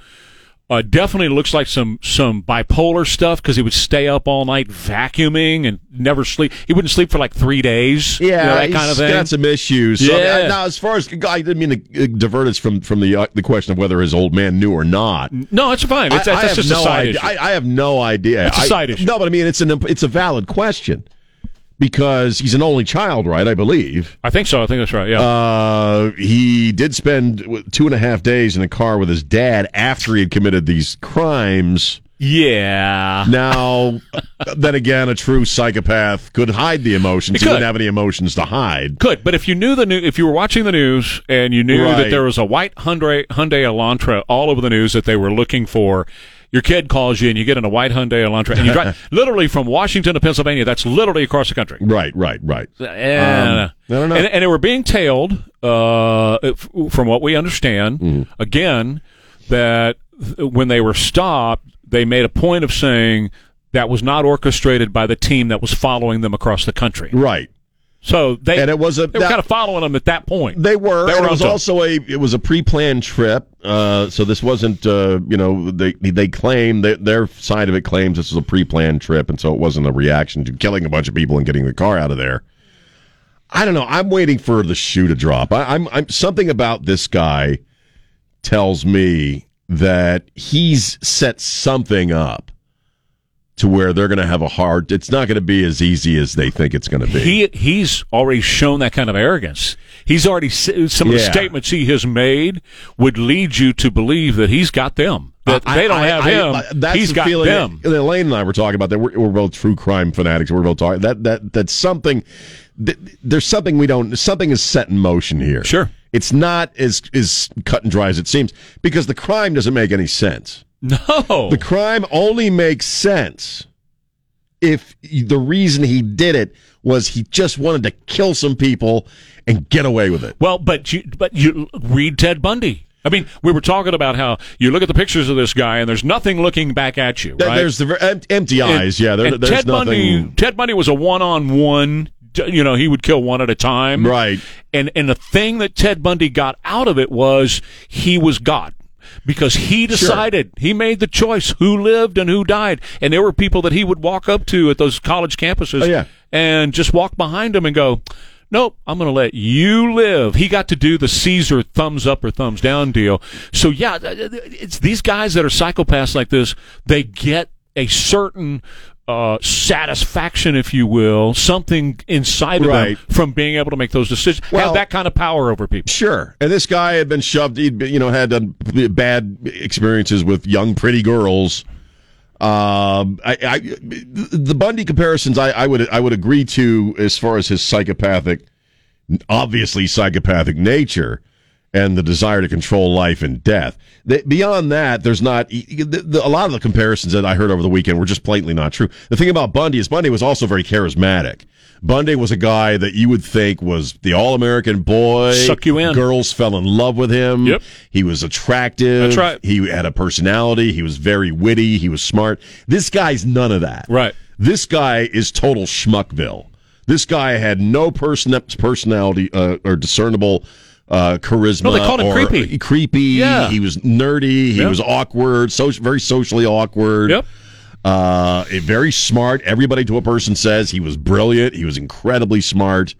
S2: Uh, definitely looks like some some bipolar stuff because he would stay up all night vacuuming and never sleep. He wouldn't sleep for like three days. you know, that kind of
S3: he's
S2: thing.
S3: Got some issues. So, I mean, I-
S2: Yeah.
S3: now, as far as I didn't mean to uh, divert us from from the uh, the question of whether his old man knew or not.
S2: no, it's fine. It's,
S3: I,
S2: that's
S3: I have
S2: just
S3: no
S2: a side
S3: idea.
S2: issue.
S3: I, I have no idea.
S2: It's a
S3: I-
S2: side issue.
S3: No, but I mean, it's an imp- it's a valid question because he's an only child, right? I believe.
S2: I think so. I think that's right. Yeah.
S3: Uh, he did spend w- two and a half days in the car with his dad after he had committed these crimes.
S2: yeah.
S3: Now, then again, a true psychopath could hide the emotions.
S2: He
S3: He, wouldn't
S2: could.
S3: have any emotions to hide.
S2: Good, but if you knew the new, if you were watching the news and you knew that
S3: Right.
S2: there was a white Hyundai, Hyundai Elantra all over the news that they were looking for, your kid calls you and you get in a white Hyundai Elantra and you drive literally from Washington to Pennsylvania. That's literally across the country. Uh,
S3: Right, right, right.
S2: And,
S3: Um, I don't know.
S2: And, and they were being tailed, uh, f- from what we understand,
S3: Mm.
S2: again, that th- when they were stopped, they made a point of saying that was not orchestrated by the team that was following them across the country.
S3: Right.
S2: So they
S3: And it was a-
S2: they were
S3: that-
S2: kind of following them at that point.
S3: They were.
S2: They
S3: and
S2: were
S3: it was
S2: onto it.
S3: also a it was a pre-planned trip, uh, so this wasn't uh, you know they they claim that their side of it claims this was a pre-planned trip, and so it wasn't a reaction to killing a bunch of people and getting the car out of there. I don't know. I'm waiting for the shoe to drop. I, I'm I'm something about this guy tells me that he's set something up to where they're going to have a hard. It's not going to be as easy as they think it's going to be.
S2: he he's already shown that kind of arrogance. He's already s- some of the
S3: Yeah.
S2: statements he has made would lead you to believe that he's got them. That
S3: I-
S2: they don't
S3: I-
S2: have
S3: I-
S2: him.
S3: I- that's
S2: he's
S3: the
S2: got
S3: feeling
S2: them.
S3: that- Elaine and I were talking about that. We're, we're both true crime fanatics. We're both talking that that that's something. That, there's something we don't. Something is set in motion here.
S2: Sure.
S3: it's not as as cut and dry as it seems because the crime doesn't make any sense.
S2: no,
S3: The crime only makes sense if the reason he did it was he just wanted to kill some people and get away with it.
S2: Well, but you but you read Ted Bundy. I mean, we were talking about how you look at the pictures of this guy and there's nothing looking back at you,
S3: There-
S2: right?
S3: There's the ver- em- empty
S2: And-
S3: eyes. yeah, there-
S2: and
S3: there's
S2: Ted
S3: nothing.
S2: Bundy. Ted Bundy was a one-on-one. d- You know, he would kill one at a time.
S3: Right.
S2: And and the thing that Ted Bundy got out of it was he was God. Because he decided, he made the choice who lived and who died, and there were people that he would walk up to at those college campuses,
S3: Oh, yeah.
S2: and just walk behind him and go, "Nope, I'm going to let you live." He got to do the Caesar thumbs up or thumbs down deal. So yeah, th- th- it's these guys that are psychopaths like this. They get a certain uh, satisfaction, if you will, something inside
S3: Right.
S2: of them from being able to make those decisions,
S3: Well-
S2: have that kind of power over people.
S3: Sure. And this guy had been shoved. He'd been, you know had uh, bad experiences with young pretty girls. Um, I, I the Bundy comparisons I, I would I would agree to as far as his psychopathic, obviously psychopathic nature. And the desire to control life and death. That- Beyond that, there's not the, the, a lot of the comparisons that I heard over the weekend were just blatantly not true. The thing about Bundy is Bundy was also very charismatic. Bundy was a guy that you would think was the all-American boy.
S2: Suck you in.
S3: Girl girls fell in love with him.
S2: Yep.
S3: He was attractive.
S2: That's right.
S3: He had a personality. He was very witty. He was smart. This guy's none of that.
S2: Right.
S3: This guy is total schmuckville. This guy had no person personality uh, or discernible uh, charisma.
S2: No, they called him
S3: or-
S2: creepy.
S3: Creepy.
S2: Yeah.
S3: He was nerdy. He
S2: Yep.
S3: was awkward. So very socially awkward.
S2: Yep.
S3: Uh, eh, very smart. Everybody to a person says he was brilliant. He was incredibly smart.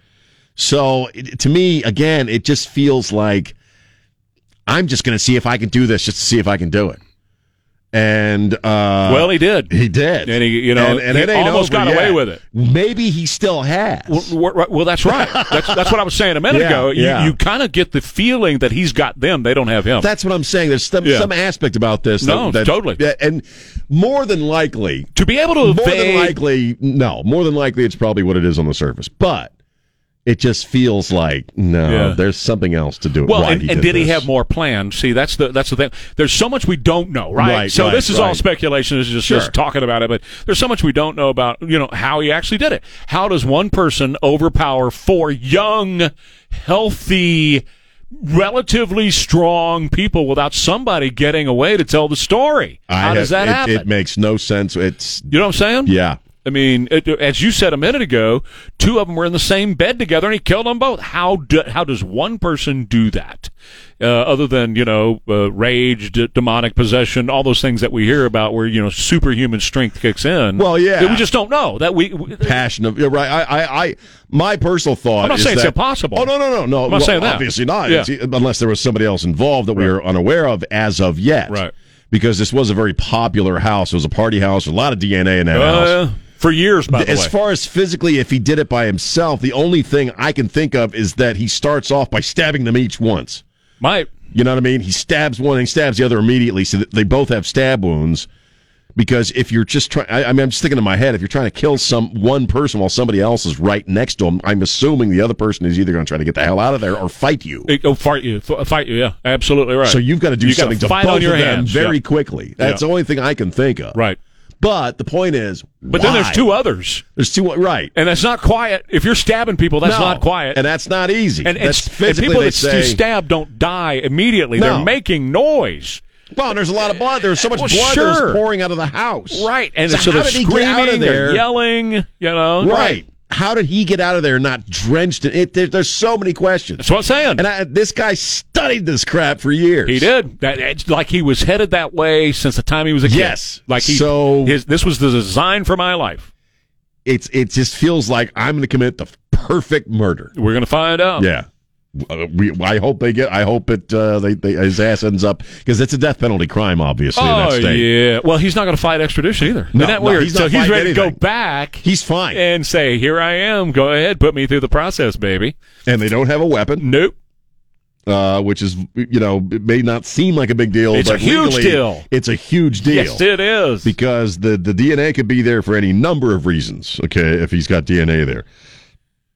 S3: So it, to me, again, it just feels like I'm just going to see if I can do this, just to see if I can do it. And uh,
S2: well, he did.
S3: he did,
S2: And he- you know, he
S3: it ain't
S2: almost
S3: over
S2: got away
S3: yet.
S2: with it.
S3: Maybe he still has.
S2: Well, well, well, that's right. That's, that's what I was saying a minute
S3: Yeah,
S2: ago. You,
S3: yeah.
S2: you kind of get the feeling that he's got them; they don't have him.
S3: That's what I'm saying. There's some,
S2: Yeah.
S3: some aspect about this.
S2: No,
S3: that, that,
S2: totally.
S3: yeah, and more than likely,
S2: to be able to
S3: more than
S2: evade-
S3: likely, no. More than likely, it's probably what it is on the surface, but it just feels like no.
S2: Yeah.
S3: There's something else to do. it.
S2: Well,
S3: why
S2: and,
S3: he
S2: and
S3: did,
S2: did he
S3: this.
S2: have more plans? See, that's the that's the thing. There's so much we don't know, right?
S3: Right,
S2: so
S3: right,
S2: this is all
S3: right.
S2: speculation. This is just,
S3: Sure.
S2: just talking about it, but there's so much we don't know about. You know how he actually did it. How does one person overpower four young, healthy, relatively strong people without somebody getting away to tell the story?
S3: I
S2: how does that
S3: have- it,
S2: happen?
S3: It makes no sense. It's
S2: you know what I'm saying?
S3: yeah.
S2: I mean, it, as you said a minute ago, two of them were in the same bed together, and he killed them both. How do, how does one person do that? Uh, other than you know, uh, rage, d- demonic possession, all those things that we hear about, where you know superhuman strength kicks in.
S3: Well, yeah.
S2: that we just don't know that we. we
S3: passion of you're right. I, I, I my personal thought.
S2: I'm not
S3: is
S2: saying it's
S3: that-
S2: impossible.
S3: Oh no, no, no, no.
S2: I'm not saying that.
S3: Obviously not.
S2: Yeah.
S3: It's- e, unless there was somebody else involved that we are unaware of as of yet.
S2: Right.
S3: Because this was a very popular house. It was a party house. A lot of DNA in that house.
S2: uh, for years, by the
S3: As
S2: way.
S3: far as physically, if he did it by himself, the only thing I can think of is that he starts off by stabbing them each once.
S2: My
S3: You know what I mean? He stabs one and he stabs the other immediately, so that they both have stab wounds. Because if you're just trying, I I mean, I'm just thinking in my head, if you're trying to kill some one person while somebody else is right next to him, I'm assuming the other person is either going to try to get the hell out of there or fight you.
S2: It- oh, fight you, F- fight you. Yeah, absolutely right.
S3: So you've got to do
S2: You gotta
S3: something to
S2: fight
S3: both
S2: on your
S3: of them
S2: hands
S3: very
S2: yeah.
S3: quickly. That's
S2: Yeah.
S3: the only thing I can think of.
S2: Right.
S3: But the point is,
S2: But then there's
S3: why?
S2: two others,
S3: There's two. Right.
S2: and that's not quiet. If you're stabbing people, that's
S3: No.
S2: not quiet.
S3: and that's not easy.
S2: and, and
S3: that's
S2: s- and
S3: physically
S2: people
S3: they
S2: that
S3: say.
S2: you stab don't die immediately.
S3: No.
S2: They're making noise.
S3: Well, and there's a lot of blood. There's so much
S2: Well,
S3: blood that was
S2: sure.
S3: pouring out of the house.
S2: Right. And
S3: so,
S2: so,
S3: how
S2: they're
S3: did he
S2: screaming,
S3: get out of there?
S2: they're yelling, you know.
S3: Right. How did he get out of there not drenched in it? There, there's so many questions.
S2: That's what I'm saying.
S3: And I, this guy studied this crap for years.
S2: he did. That it's like he was headed that way since the time he was a kid.
S3: Yes.
S2: Like he
S3: So-
S2: his this was the design for my life.
S3: It's it just feels like I'm going to commit the perfect murder.
S2: We're gonna find out.
S3: Yeah. Uh, we, I hope they get. I hope it. Uh, they, they his ass ends up because it's a death penalty crime, obviously. in
S2: Oh
S3: that state.
S2: yeah. Well, he's not going to fight extradition either.
S3: No,
S2: Isn't that
S3: no,
S2: weird?
S3: he's not
S2: so he's
S3: fighting
S2: ready to go
S3: anything.
S2: back.
S3: He's fine, and,
S2: and say, "Here I am. Go ahead, put me through the process, baby."
S3: they don't have a weapon,
S2: Nope.
S3: uh, which is you know it may not seem like a big deal.
S2: It's a
S3: but
S2: huge
S3: legally,
S2: deal.
S3: It's a huge deal.
S2: Yes, it is.
S3: because the the DNA could be there for any number of reasons. Okay, if he's got DNA there,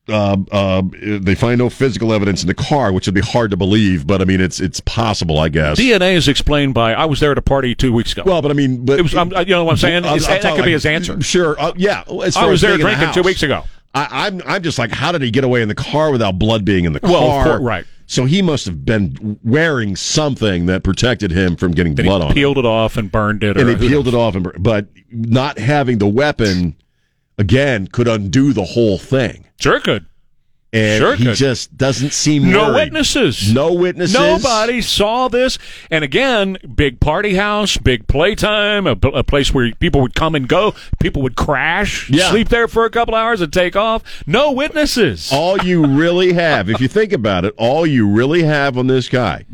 S3: uh, uh, they find no physical evidence in the car, which would be hard to believe, but I mean it's it's possible, I guess.
S2: DNA is explained by I was there at a party two weeks ago.
S3: well, but I mean, but
S2: It was- I'm- you know what I'm saying? It's- that
S3: talking
S2: could be his answer.
S3: Sure, uh, yeah. as
S2: I
S3: far
S2: was
S3: as
S2: there
S3: being in the
S2: drinking two
S3: house.
S2: weeks ago.
S3: I, I'm I'm just like, how did he get away in the car without blood being in the car?
S2: Well, of course, right.
S3: So he must have been wearing something that protected him from getting
S2: then
S3: blood
S2: he
S3: on. him.
S2: peeled it off and burned it. Or
S3: and he
S2: who
S3: peeled it off. And, but not having the weapon again could undo the whole thing.
S2: Sure could.
S3: And
S2: Sure
S3: he
S2: could.
S3: just doesn't seem
S2: No
S3: worried.
S2: witnesses.
S3: No witnesses.
S2: Nobody saw this. And again, big party house, big playtime, a, a place where people would come and go. People would crash,
S3: Yeah.
S2: sleep there for a couple hours, and take off. No witnesses.
S3: All you really have, if you think about it, all you really have on this guy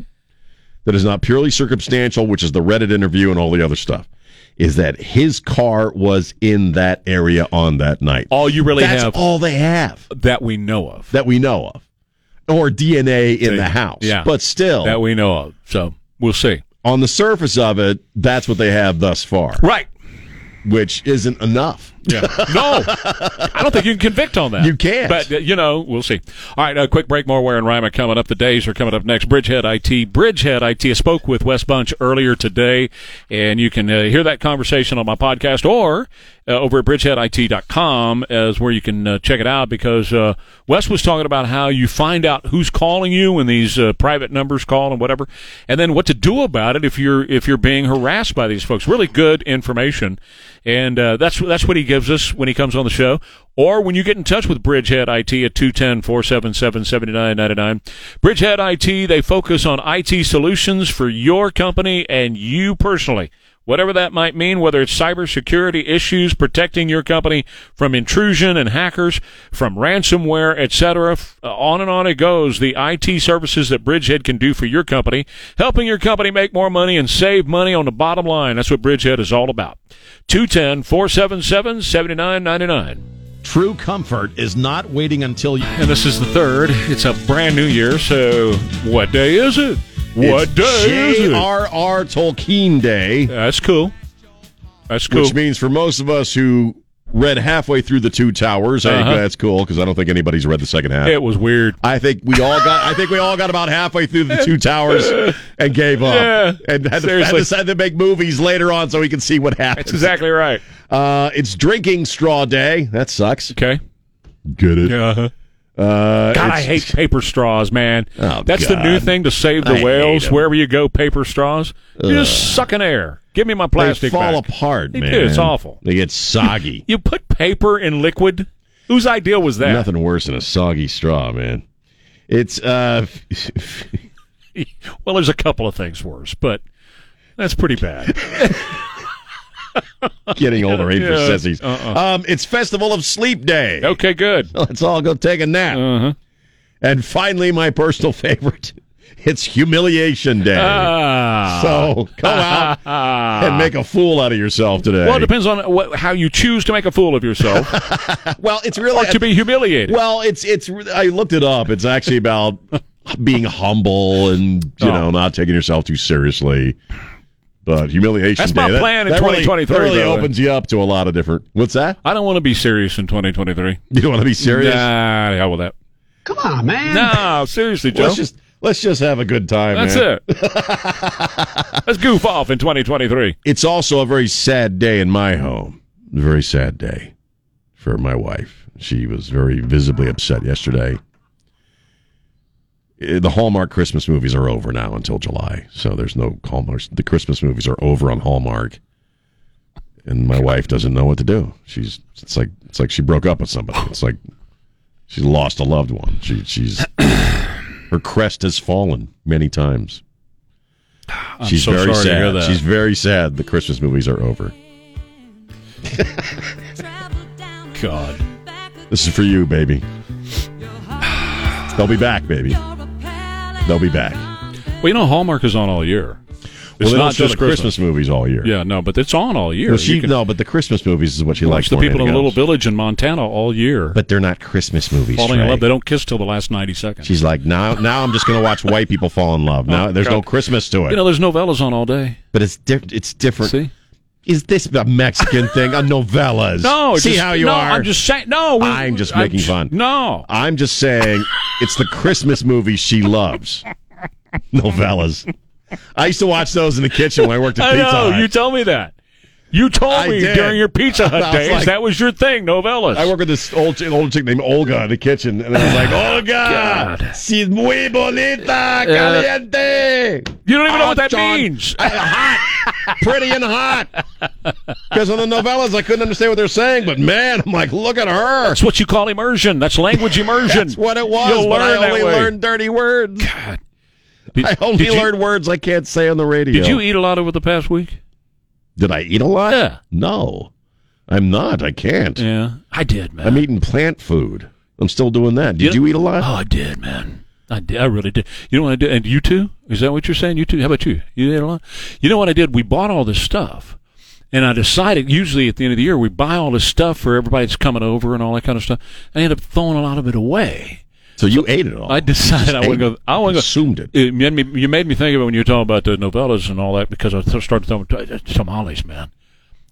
S3: that is not purely circumstantial, which is the Reddit interview and all the other stuff, is that his car was in that area on that night.
S2: All you really
S3: That's
S2: have
S3: all they have
S2: that we know of.
S3: that we know of. Or DNA in the house.
S2: Yeah.
S3: But still.
S2: That we know of. So we'll see.
S3: on the surface of it, that's what they have thus far,
S2: Right.
S3: which isn't enough.
S2: Yeah. No, I don't think you can convict on that.
S3: You can't.
S2: But, uh, you know, we'll see. All right, a quick break. More Ware and Rhyme are coming up. The days are coming up next. Bridgehead IT. Bridgehead IT. I spoke with Wes Bunch earlier today, and you can uh, hear that conversation on my podcast or uh, over at bridgeheadit.com as where you can uh, check it out because uh, Wes was talking about how you find out who's calling you when these uh, private numbers call and whatever, and then what to do about it if you're if you're being harassed by these folks. Really good information, and uh, that's that's what he gives us when he comes on the show, or when you get in touch with Bridgehead IT at 210-477-7999. Bridgehead IT they focus on IT solutions for your company and you personally. Whatever that might mean, whether it's cybersecurity issues, protecting your company from intrusion and hackers, from ransomware, etc., f- uh, on and on it goes. The IT services that Bridgehead can do for your company, helping your company make more money and save money on the bottom line. That's what Bridgehead is all about. 210 477 7999.
S6: True comfort is not waiting until you.
S2: And this is the third. It's a brand new year, so what day is it? What
S3: It's
S2: day is it?
S3: J.R.R. Tolkien Day,
S2: That's cool. That's cool.
S3: which means for most of us who read halfway through the Two Towers, I
S2: Uh-huh.
S3: think that's cool because I don't think anybody's read the second half.
S2: it was weird.
S3: I think we all got. I think we all got about halfway through the Two Towers and gave up,
S2: Yeah,
S3: and had to, had
S2: seriously.
S3: decided to make movies later on so we can see what happens.
S2: That's exactly right.
S3: Uh, it's Drinking Straw Day. That sucks.
S2: Okay.
S3: Get it?
S2: Uh-huh.
S3: Uh,
S2: God, I
S3: it's-
S2: hate paper straws, man.
S3: Oh,
S2: That's the new
S3: God.
S2: thing to save the
S3: I hate
S2: whales.
S3: 'em.
S2: Wherever you go, paper straws. You're just sucking air. Give me my
S3: They
S2: plastic.
S3: fall
S2: back.
S3: apart,
S2: They do.
S3: man.
S2: It's awful.
S3: They get soggy.
S2: You put paper in liquid. Whose idea was that?
S3: Nothing worse than a soggy straw, man. It's uh,
S2: Well, there's a couple of things worse, but that's pretty bad.
S3: getting older, eight
S2: Yeah.
S3: for
S2: Uh-uh.
S3: Um, it's Festival of Sleep Day.
S2: Okay, good.
S3: Let's all go take a nap.
S2: Uh-huh.
S3: And finally, my personal favorite, it's Humiliation Day.
S2: Ah.
S3: so go out and make a fool out of yourself today.
S2: Well, it depends on what, how you choose to make a fool of yourself
S3: Well, it's really
S2: or to be humiliated.
S3: well, it's it's. I looked it up. It's actually about being humble and you
S2: Oh.
S3: know not taking yourself too seriously. But humiliation
S2: That's
S3: day.
S2: my
S3: that-
S2: plan in
S3: that really-
S2: 2023,
S3: That really
S2: by the way.
S3: opens you up to a lot of different. What's that?
S2: I don't want to be serious in 2023.
S3: You don't want to be serious.
S2: Nah, the hell with that. Come on, man. No, seriously, Joe.
S3: Let's just let's just have a good time.
S2: That's
S3: man.
S2: it. Let's goof off in 2023.
S3: It's also a very sad day in my home. A very sad day for my wife. She was very visibly upset yesterday. Eh, The Hallmark Christmas movies are over now until July, so there's no Hallmark. The Christmas movies are over on Hallmark, and my wife doesn't know what to do. She's it's like it's like she broke up with somebody. It's like she lost a loved one. She she's her crest has fallen many times. She's
S2: so
S3: very
S2: sorry to
S3: sad.
S2: hear that.
S3: She's very sad. The Christmas movies are over.
S2: God.
S3: This is for you, baby. They'll be back, baby. They'll be back.
S2: Well, you know, Hallmark is on all year.
S3: well,
S2: It's
S3: they
S2: not
S3: don't show
S2: just
S3: the Christmas. movies all year.
S2: Yeah, no, but it's on all year.
S3: Well, she,
S2: You can
S3: no, but the Christmas movies is what she
S2: watch
S3: likes.
S2: the
S3: more than
S2: people in a
S3: anything
S2: little
S3: else.
S2: village in Montana all year.
S3: But they're not Christmas movies.
S2: falling in
S3: Trey.
S2: love. They don't kiss till the last 90 seconds.
S3: She's like, now, now I'm just going to watch white people fall in love. Now there's no Christmas to it.
S2: Oh, you know, there's novellas on all day.
S3: but it's di- it's different.
S2: See?
S3: Is this a Mexican thing? A novellas?
S2: No,
S3: see
S2: just-
S3: how you
S2: no,
S3: are.
S2: I'm just saying. No, we-
S3: I'm just making fun.
S2: No,
S3: I'm just saying it's the Christmas movies she loves. Novellas. I used to watch those in the kitchen when I worked at
S2: I
S3: Pizza
S2: know.
S3: Hut.
S2: You told me that. You told
S3: I
S2: me
S3: did.
S2: during your Pizza
S3: I
S2: Hut
S3: was
S2: days
S3: like-
S2: that was your thing, novellas.
S3: I work with this old chick, old chick named Olga in the kitchen, and I was like, Olga,
S2: Oh, God. Uh,
S3: she's muy bonita, caliente.
S2: you don't even know what that
S3: Hot, John.
S2: means.
S3: I- hot, pretty and hot. Because on the novellas, I couldn't understand what they're saying, but man, I'm like, look at her.
S2: That's what you call immersion. That's language immersion.
S3: That's what it was.
S2: You'll
S3: but
S2: learn
S3: I only
S2: that way.
S3: learned dirty words.
S2: Did-
S3: I only
S2: did you-
S3: learned words I can't say on the radio.
S2: Did you eat a lot over the past week?
S3: Did I eat a lot?
S2: Yeah.
S3: No, I'm not. I can't.
S2: Yeah, I did, man.
S3: I'm eating plant food. I'm still doing that. Did you, eat a lot?
S2: Oh, I did, man. I did. I really did. You know what I did? And you too? Is that what you're saying? You too? How about you? You did a lot? You know what I did? We bought all this stuff. And I decided, usually at the end of the year, we buy all this stuff for everybody that's coming over and all that kind of stuff. I ended up throwing a lot of it away.
S3: so you ate it all?
S2: I decided I
S3: Just
S2: wouldn't
S3: ate
S2: go. I wouldn't go.
S3: Consumed it.
S2: It made me, you made me think of it when you were talking about the novellas and all that because I th- started throwing t- tamales, man.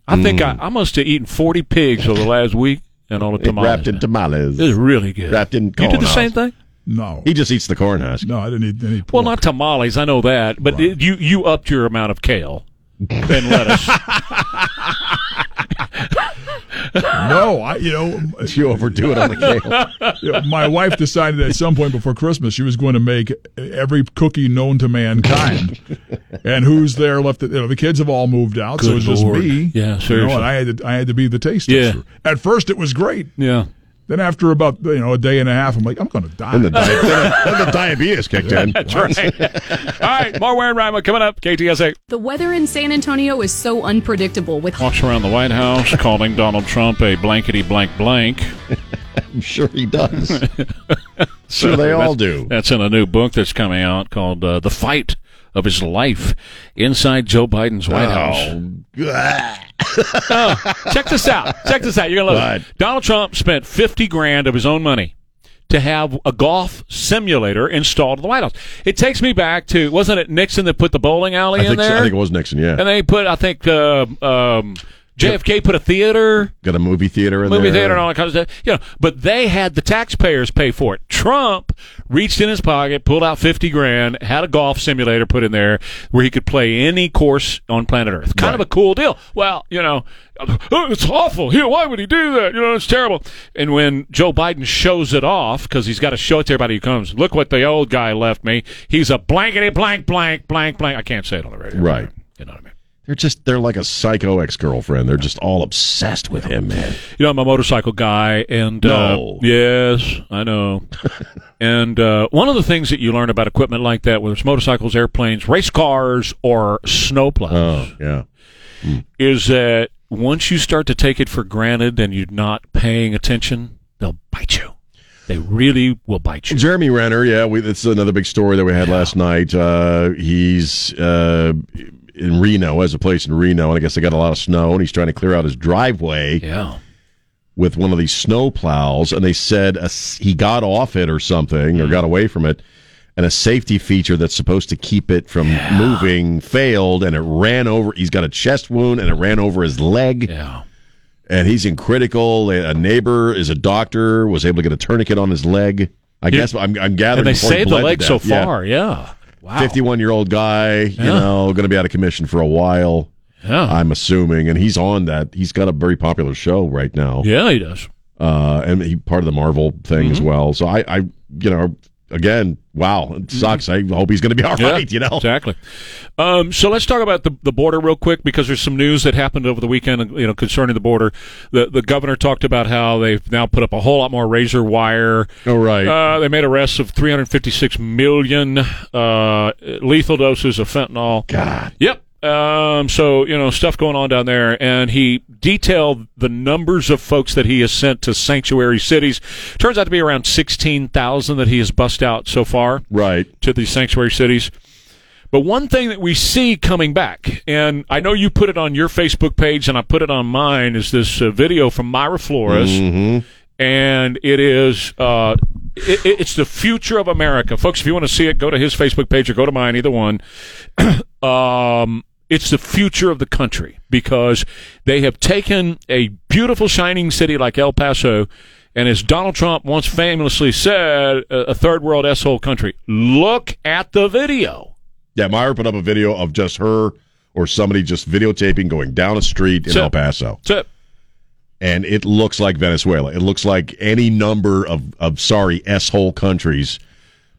S2: I think I, I must have eaten 40 pigs over the last week and all the
S3: Mm. It
S2: tamales.
S3: wrapped in
S2: man.
S3: tamales.
S2: It was really good.
S3: wrapped in
S2: You did the
S3: cornhusk.
S2: same thing?
S5: No.
S3: He just eats the corn husk.
S5: No, I didn't eat any pork.
S2: Well, not tamales. I know that, but it- you you upped your amount of kale and lettuce.
S5: No, I, you know, m-
S3: You overdo it on the kale.
S5: you know, my wife decided at some point before Christmas she was going to make every cookie known to mankind. and who's there left? The, you know, the kids have all moved out, so
S2: Good
S5: it's
S2: Lord.
S5: just me.
S2: Yeah,
S5: You know,
S2: seriously.
S5: and I had to, I had to be the taste
S2: Yeah.
S5: tester. At first, it was great.
S2: yeah,
S5: Then after about you know a day and a half, I'm like, I'm going to die.
S3: and, the di- then the diabetes kicked in.
S2: that's right. All right, more Warren Ryman coming up. KTSA
S7: The weather in San Antonio is so unpredictable with
S2: walks around the White House calling Donald Trump a blankety blank blank.
S3: I'm sure he does. sure, they all do.
S2: That's in a new book that's coming out called uh, "The Fight of His Life Inside Joe Biden's White House."
S3: Oh, God.
S2: Check this out. Check this out. You're gonna love
S3: What?
S2: it. Donald Trump spent fifty grand of his own money to have a golf simulator installed at the White House. It takes me back to wasn't it Nixon that put the bowling alley
S3: I
S2: in
S3: think, so.
S2: there?
S3: I think it was Nixon. Yeah,
S2: and they put I think uh, um, JFK put a theater,
S3: got a movie theater in
S2: movie
S3: there.
S2: theater, and all that kind of stuff. You know, but they had the taxpayers pay for it. Trump reached in his pocket, pulled out fifty grand, had a golf simulator put in there where he could play any course on planet Earth. Kind of a cool deal. Well, you know, "Oh, it's awful. Here, why would he do that? You know, it's terrible. And when Joe Biden shows it off because he's got to show it to everybody who comes, look what the old guy left me. He's a blankety blank blank blank blank. I can't say it on the radio.
S3: Right.
S2: You know what I mean?
S3: They're just they're like a psycho ex girlfriend. They're just all obsessed with him, man.
S2: You know, I'm a motorcycle guy, and
S3: No.
S2: uh, yes, I know. and uh, one of the things that you learn about equipment like that, whether it's motorcycles, airplanes, race cars, or snowplows,
S3: Oh yeah,
S2: is that once you start to take it for granted and you're not paying attention, they'll bite you. They really will bite you.
S3: Jeremy Renner. Yeah, we, that's another big story that we had last night. Uh, he's uh, in Reno, has a place in Reno, and I guess they got a lot of snow, and he's trying to clear out his driveway
S2: Yeah.
S3: with one of these snow plows, and they said a s he got off it or something, or got away from it. And a safety feature that's supposed to keep it from moving failed, and it ran over. He's got a chest wound, and it ran over his leg.
S2: Yeah.
S3: and he's in critical. A neighbor is a doctor, was able to get a tourniquet on his leg. I
S2: Yeah.
S3: guess I'm, I'm
S2: And
S3: gathering.
S2: they
S3: before he
S2: saved the
S3: bled to
S2: leg so
S3: death. Yeah.
S2: far. Yeah. Wow.
S3: 51-year-old guy, you
S2: Yeah.
S3: know, going to be out of commission for a while,
S2: Yeah.
S3: I'm assuming, and he's on that. He's got a very popular show right now,
S2: yeah, Mm-hmm. he does.
S3: uh, and he part of the Marvel thing as well. So I, I, you know, again, wow, it sucks. I hope he's going to be all right.
S2: Mm-hmm. Yeah,
S3: you know,
S2: exactly. Um, so let's talk about the, the border real quick because there's some news that happened over the weekend, you know, concerning the border. The the governor talked about how they've now put up a whole lot more razor wire.
S3: all Oh, right.
S2: Uh, they made arrests of 356 million uh, lethal doses of fentanyl.
S3: God,
S2: Yep. Um, so you know stuff going on down there, and he detailed the numbers of folks that he has sent to sanctuary cities. Turns out to be around 16,000 that he has bust out so far
S3: right.
S2: to these sanctuary cities. But one thing that we see coming back, and I know you put it on your Facebook page and I put it on mine, is this uh, video from Myra Flores. And it is. Uh, it, it- it's the future of America, folks. If you want to see it, go to his Facebook page or go to mine, either one. um, it's the future of the country because they have taken a beautiful, shining city like El Paso, and as Donald Trump once famously said, a, a third world s-hole country. Look at the video.
S3: Yeah, Meyer put up a video of just her or somebody just videotaping going down a street in
S2: So-
S3: El Paso.
S2: So,
S3: and it looks like Venezuela. It looks like any number of, of sorry s hole countries,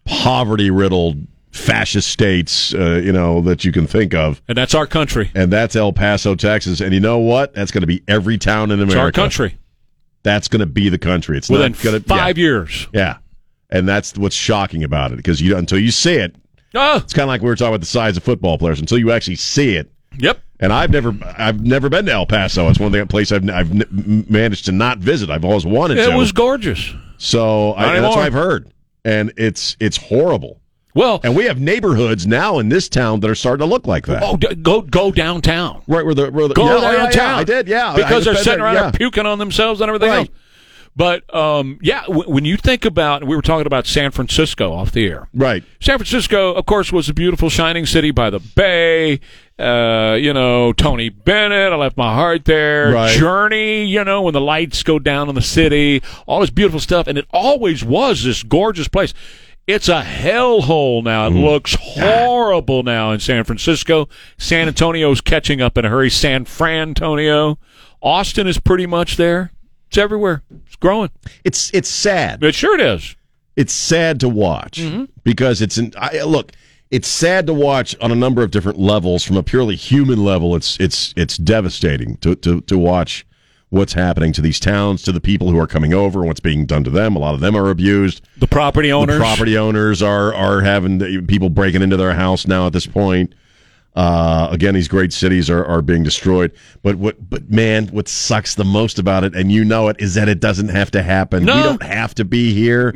S3: poverty riddled fascist states, uh, you know that you can think of.
S2: and that's our country.
S3: And that's El Paso, Texas. And you know what? That's going to be every town in America.
S2: It's our country.
S3: That's going to be the country. It's
S2: Within
S3: not going to
S2: five years.
S3: Yeah. yeah. And that's what's shocking about it because you until you see it,
S2: Oh,
S3: it's kind of like we were talking about the size of football players. Until you actually see it,
S2: yep.
S3: and I've never, I've never been to El Paso. It's one thing, place I've, I've n- managed to not visit. I've always wanted to.
S2: It was gorgeous.
S3: So I,
S2: Not
S3: and that's
S2: anymore.
S3: what I've heard, and it's it's horrible.
S2: Well,
S3: And we have neighborhoods now in this town that are starting to look like that.
S2: oh, d- go go downtown.
S3: Right where the, where the
S2: Go
S3: yeah, oh, yeah, yeah,
S2: downtown.
S3: I did, yeah, I
S2: Because
S3: just
S2: they're
S3: been
S2: sitting
S3: there,
S2: around
S3: yeah.
S2: there puking on themselves and everything
S3: Right.
S2: else. But um, yeah, w- when you think about, we were talking about San Francisco off the air.
S3: right.
S2: San Francisco, of course, was a beautiful, shining city by the bay. Uh, you know, Tony Bennett, I left my heart there.
S3: Right.
S2: Journey, you know, when the lights go down on the city, all this beautiful stuff. And it always was this gorgeous place. It's a hellhole now. It looks horrible now in San Francisco. San Antonio's catching up in a hurry. San Fran Antonio. Austin is pretty much there. It's everywhere. It's growing.
S3: It's it's sad.
S2: It sure is.
S3: It's sad to watch
S2: Mm-hmm.
S3: because it's an I, look. It's sad to watch on a number of different levels. From a purely human level, it's it's it's devastating to to, to watch what's happening to these towns, to the people who are coming over, and what's being done to them. A lot of them are abused.
S2: The property owners.
S3: The property owners are are having people breaking into their house now at this point. Uh, again, these great cities are, are being destroyed. But what? But man, what sucks the most about it, and you know it, is that it doesn't have to happen.
S2: No.
S3: We don't have to be here.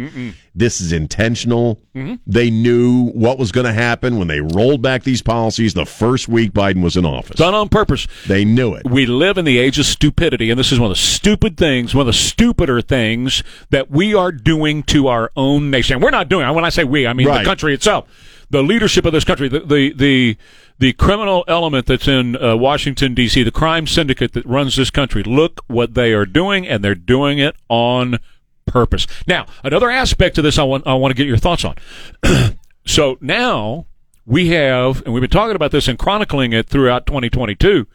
S3: This is intentional.
S2: Mm-hmm.
S3: They knew what was going to happen when they rolled back these policies the first week Biden was in office.
S2: Done on purpose.
S3: They knew it.
S2: we live in the age of stupidity, and this is one of the stupid things, one of the stupider things that we are doing to our own nation. We're not doing. it. When I say we, I mean
S3: Right.
S2: the country itself, the leadership of this country, the the the, the criminal element that's in uh, Washington D.C., the crime syndicate that runs this country. Look what they are doing, and they're doing it on purpose. Now, another aspect of this, I want I want to get your thoughts on. So now we have, and we've been talking about this and chronicling it throughout 2022,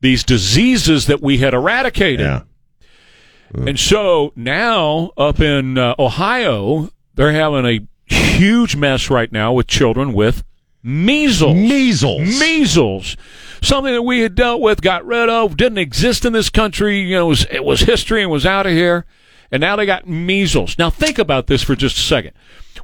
S2: these diseases that we had eradicated.
S3: Yeah.
S2: And so now up in uh, Ohio, they're having a huge mess right now with children with Measles.
S3: Measles.
S2: Measles. Something that we had dealt with, got rid of, didn't exist in this country. You know, it was, it was history and was out of here. And now they got measles. Now think about this for just a second.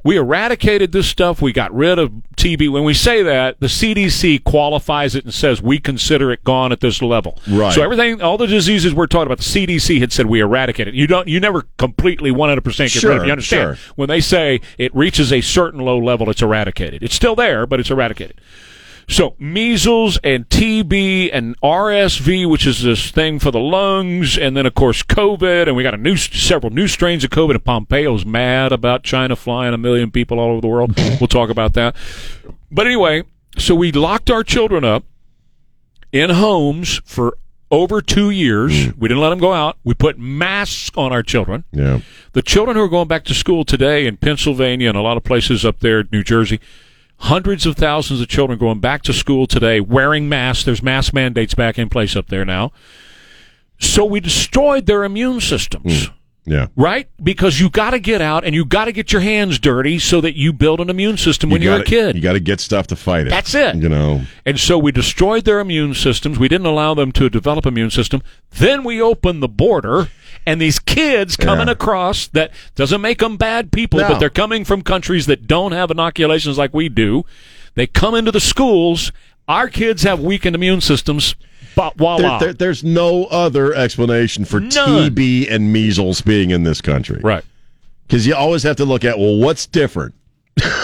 S2: We eradicated this stuff. We got rid of TB. When we say that, the CDC qualifies it and says we consider it gone at this level.
S3: Right.
S2: So everything, all the diseases we're talking about, the CDC had said we eradicated. You don't, you never completely 100% get rid of. it.
S3: Sure,
S2: You understand?
S3: sure.
S2: When they say it reaches a certain low level, it's eradicated. It's still there, but it's eradicated. So measles and TB and RSV, which is this thing for the lungs, and then of course COVID, and we got a new several new strains of COVID. And Pompeo's mad about China flying a million people all over the world. we'll talk about that. But anyway, so we locked our children up in homes for over two years.
S3: Mm.
S2: We didn't let them go out. We put masks on our children
S3: Yeah.
S2: the children who are going back to school today in Pennsylvania and a lot of places up there, New Jersey, hundreds of thousands of children going back to school today wearing masks. There's mask mandates back in place up there now. So we destroyed their immune systems.
S3: Hmm. Yeah.
S2: Right? Because you got to get out and you got to get your hands dirty so that you build an immune system when
S3: you
S2: you are
S3: gotta,
S2: a kid.
S3: You got to get stuff to fight it.
S2: That's it.
S3: You know.
S2: And so we destroyed their immune systems. We didn't allow them to develop immune system. Then we opened the border, and these kids coming
S3: Yeah.
S2: across that doesn't make them bad people,
S3: No.
S2: but they're coming from countries that don't have inoculations like we do. They come into the schools. Our kids have weakened immune systems. But
S3: There,
S2: voila,
S3: there, there's no other explanation for
S2: None.
S3: TB and measles being in this country.
S2: right?
S3: Because you always have to look at, well, what's different?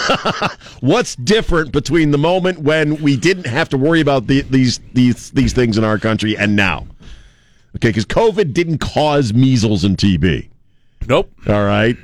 S3: what's different between the moment when we didn't have to worry about the, these these these things in our country and now? Okay, because COVID didn't cause measles and TB.
S2: Nope.
S3: All right.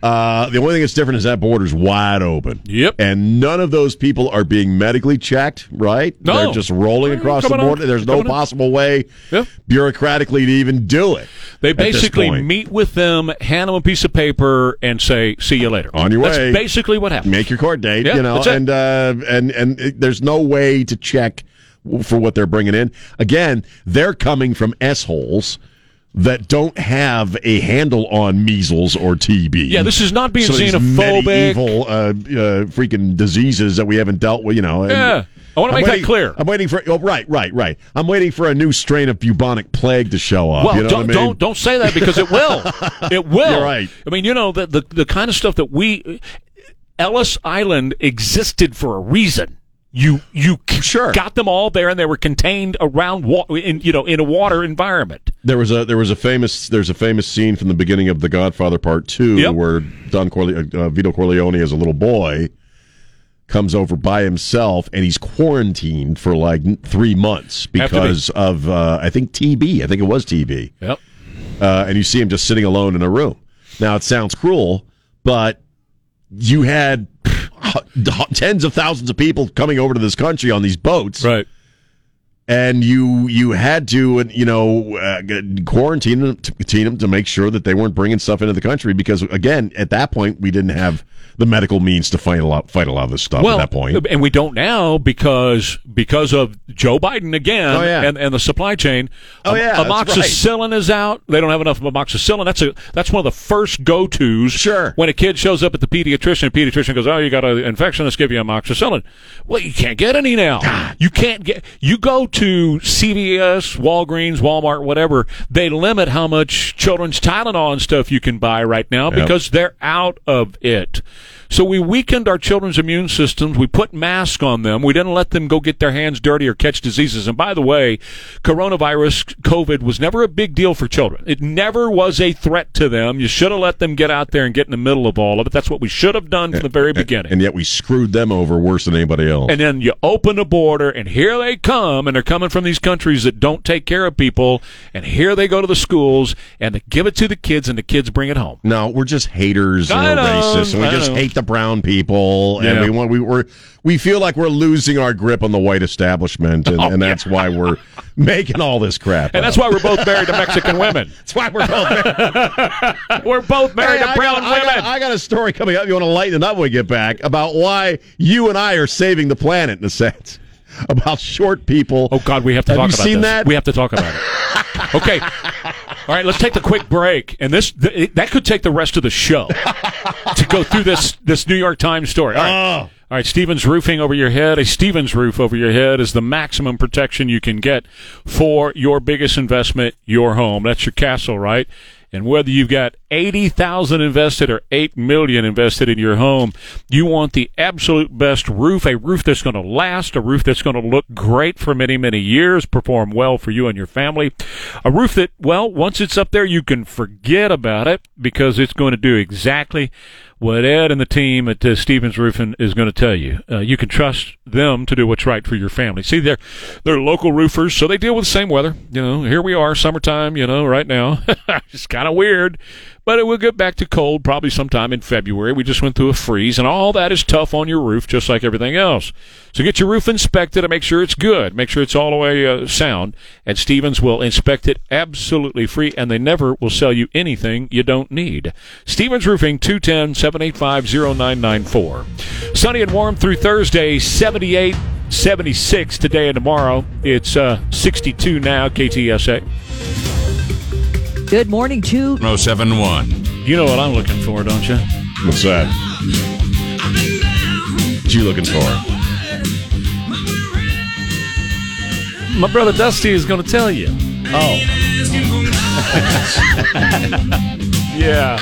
S3: Uh, the only thing that's different is that border's wide open.
S2: Yep.
S3: And none of those people are being medically checked, right?
S2: No.
S3: They're just rolling across the
S2: Coming on.
S3: border. There's no
S2: Coming on.
S3: possible way
S2: Yeah.
S3: bureaucratically to even do it.
S2: They
S3: at this
S2: basically
S3: point.
S2: meet with them, hand them a piece of paper, and say, "See you later."
S3: On your
S2: That's
S3: way.
S2: basically what happened.
S3: make your court date,
S2: Yeah,
S3: you know,
S2: that's it.
S3: and uh, and and it- there's no way to check w- for what they're bringing in. Again, they're coming from s holes that don't have a handle on measles or TB.
S2: Yeah, this is not being
S3: so these
S2: xenophobic.
S3: medieval uh, uh, freaking diseases that we haven't dealt with. You know, and-
S2: Yeah. I wanna
S3: I'm
S2: make that
S3: waiting-
S2: clear.
S3: I'm waiting for. Oh, right, right, right. I'm waiting for a new strain of bubonic plague to show up.
S2: Well,
S3: you know
S2: don't,
S3: what I mean?
S2: don't don't say that because it will. it will.
S3: You're right.
S2: I mean, you know the, the the kind of stuff that we Ellis Island existed for a reason. You you c-
S3: Sure.
S2: got them all there, and they were contained around wa- in you know in a water environment.
S3: There was a there was a famous there's a famous scene from the beginning of The Godfather Part Two
S2: Yep.
S3: where Don Corle- uh, Vito Corleone as a little boy comes over by himself and he's quarantined for like n- three months
S2: Have to be.
S3: because of uh, I think TB I think it was TB
S2: Yep.
S3: uh, and you see him just sitting alone in a room. Now it sounds cruel, but you had pff, h- tens of thousands of people coming over to this country on these boats
S2: Right.
S3: and you you had to you know uh, quarantine them, quarantine them to make sure that they weren't bringing stuff into the country because again at that point we didn't have the medical means to fight a lot fight a lot of this stuff at that point
S2: And we don't now because because of Joe Biden again
S3: Oh, yeah.
S2: and, and the supply chain.
S3: Oh, yeah, that's
S2: amoxicillin is out. They don't have enough amoxicillin. That's a that's one of the first go tos.
S3: Sure.
S2: When a kid shows up at the pediatrician, the pediatrician goes, "Oh, you got an infection. Let's give you amoxicillin." Well, you can't get any now. You can't get. You go to CVS, Walgreens, Walmart, whatever. They limit how much children's Tylenol and stuff you can buy right now
S3: Yep.
S2: because they're out of it. So we weakened our children's immune systems. We put masks on them. We didn't let them go get their hands dirty or catch diseases. And by the way, coronavirus, COVID was never a big deal for children. It never was a threat to them. You should have let them get out there and get in the middle of all of it. That's what we should have done from the very beginning.
S3: and yet we screwed them over worse than anybody else
S2: And then you open the border, and here they come, and they're coming from these countries that don't take care of people, and here they go to the schools, and they give it to the kids, and the kids bring it home.
S3: no we're just haters and
S2: I
S3: we're
S2: know,
S3: racist and we
S2: I
S3: just
S2: know.
S3: hate the brown people and
S2: Yeah.
S3: we want we we're, we feel like we're losing our grip on the white establishment and, and that's why we're making all this crap
S2: Oh, And
S3: up.
S2: that's why we're both married to Mexican women.
S3: that's why we're both
S2: We're both married
S3: Hey,
S2: to brown
S3: I got, I,
S2: women.
S3: got, I got a story coming up. You want to lighten it up when we get back about why you and I are saving the planet in a sense. About short people.
S2: oh God, we have to
S3: Have
S2: talk
S3: you
S2: about
S3: seen
S2: this.
S3: that?
S2: We have to talk about it. okay. All right, let's take the quick break, and this th-
S3: Oh.
S2: it- that could take the rest of the show to go through this this New York Times story. All right. All right, Stevens Roofing over your head. A Stevens roof over your head is the maximum protection you can get for your biggest investment, your home. That's your castle, right? And whether you've got 80,000 invested or 8 million invested in your home, you want the absolute best roof, a roof that's going to last, a roof that's going to look great for many, many years, perform well for you and your family. A roof that, well, once it's up there, you can forget about it because it's going to do exactly what Ed and the team at uh, Stevens Roofing is going to tell you. Uh, you can trust them to do what's right for your family. See, they're they're local roofers, so they deal with the same weather. You know, here we are, summertime. You know, right now, it's kind of weird, but it will get back to cold probably sometime in February. We just went through a freeze, and all that is tough on your roof, just like everything else. So get your roof inspected and make sure it's good. Make sure it's all the way uh, sound. And Stevens will inspect it absolutely free, and they never will sell you anything you don't need. Stevens Roofing, 210 785 0994. Sunny and warm through Thursday, 78, 76 today and tomorrow. It's uh, 62 now, KTSA.
S4: Good morning to
S1: 1071.
S2: You know what I'm looking for, don't you?
S3: What's that? What you looking for?
S2: Uh, My brother Dusty is going to tell you.
S6: Oh,
S2: Yeah.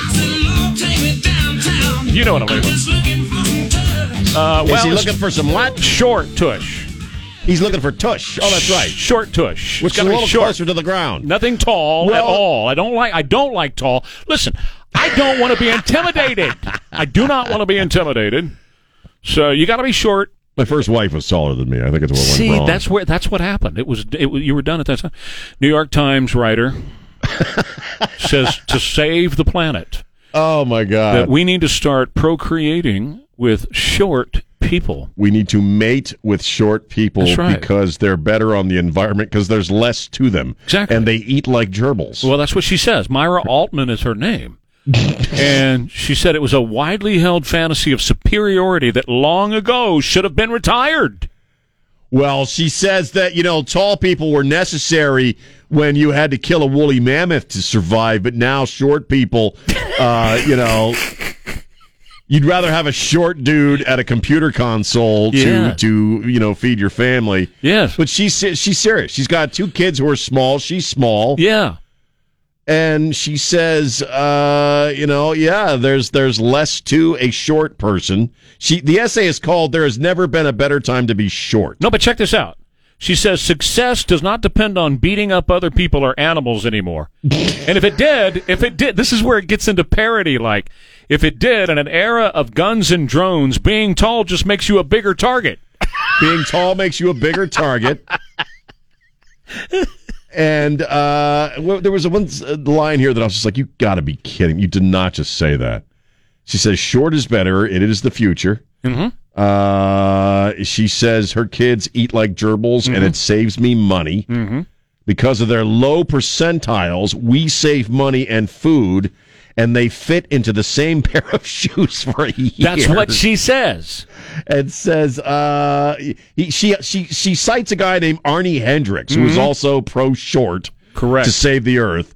S2: You know what I'm looking for. Uh,
S6: is
S2: well,
S6: he
S2: it's
S6: looking for some what?
S2: short tush.
S6: He's looking for tush. Oh, that's right.
S2: Short tush.
S6: Which
S2: It's
S6: is a
S2: gotta be
S6: little
S2: short.
S6: closer to the ground.
S2: Nothing tall at
S6: Well-
S2: all. I don't like. I don't like tall. Listen, I don't want to be intimidated. I do not want to be intimidated. So you got to be short.
S3: My first wife was taller than me. I think it's what went
S2: See,
S3: wrong.
S2: that's where that's what happened. It was it, was- you were done at that time. New York Times writer says to save the planet
S3: oh my
S2: that
S3: god.
S2: we need to start procreating with short people.
S3: We need to mate with short people
S2: That's right.
S3: because they're better on the environment because there's less to them.
S2: Exactly.
S3: And they eat like gerbils.
S2: Well, that's what she says. Myra Altman is her name. and she said it was a widely held fantasy of superiority that long ago should have been retired.
S6: Well, she says that, you know, tall people were necessary when you had to kill a woolly mammoth to survive, but now short people, uh, you know,
S3: You'd rather have a short dude at a computer console
S2: Yeah.
S3: to to you know feed your family.
S2: Yes.
S3: But she's se- she's serious. She's got two kids who are small. She's small,
S2: Yeah.
S3: and she says, uh, you know, yeah, there's there's less to a short person. She the essay is called "There Has Never Been a Better Time to Be Short."
S2: No, but check this out. She says success does not depend on beating up other people or animals anymore. and if it did, if it did, this is where it gets into parody like if it did in an era of guns and drones, being tall just makes you a bigger target.
S3: Being tall makes you a bigger target. and uh, well, there was a one s- uh, line here that I was just like, "You got to be kidding! You did not just say that." She says, "Short is better. It is the future." Mm-hmm. Uh, she says her kids eat like gerbils,
S2: Mm-hmm.
S3: and it saves me money because of their low percentiles. We save money and food. And they fit into the same pair of shoes for a year
S2: That's what she says.
S3: and says uh, he, she she she cites a guy named Arnie Hendricks who is also pro short,
S2: Mm-hmm. Correct.
S3: to save the earth.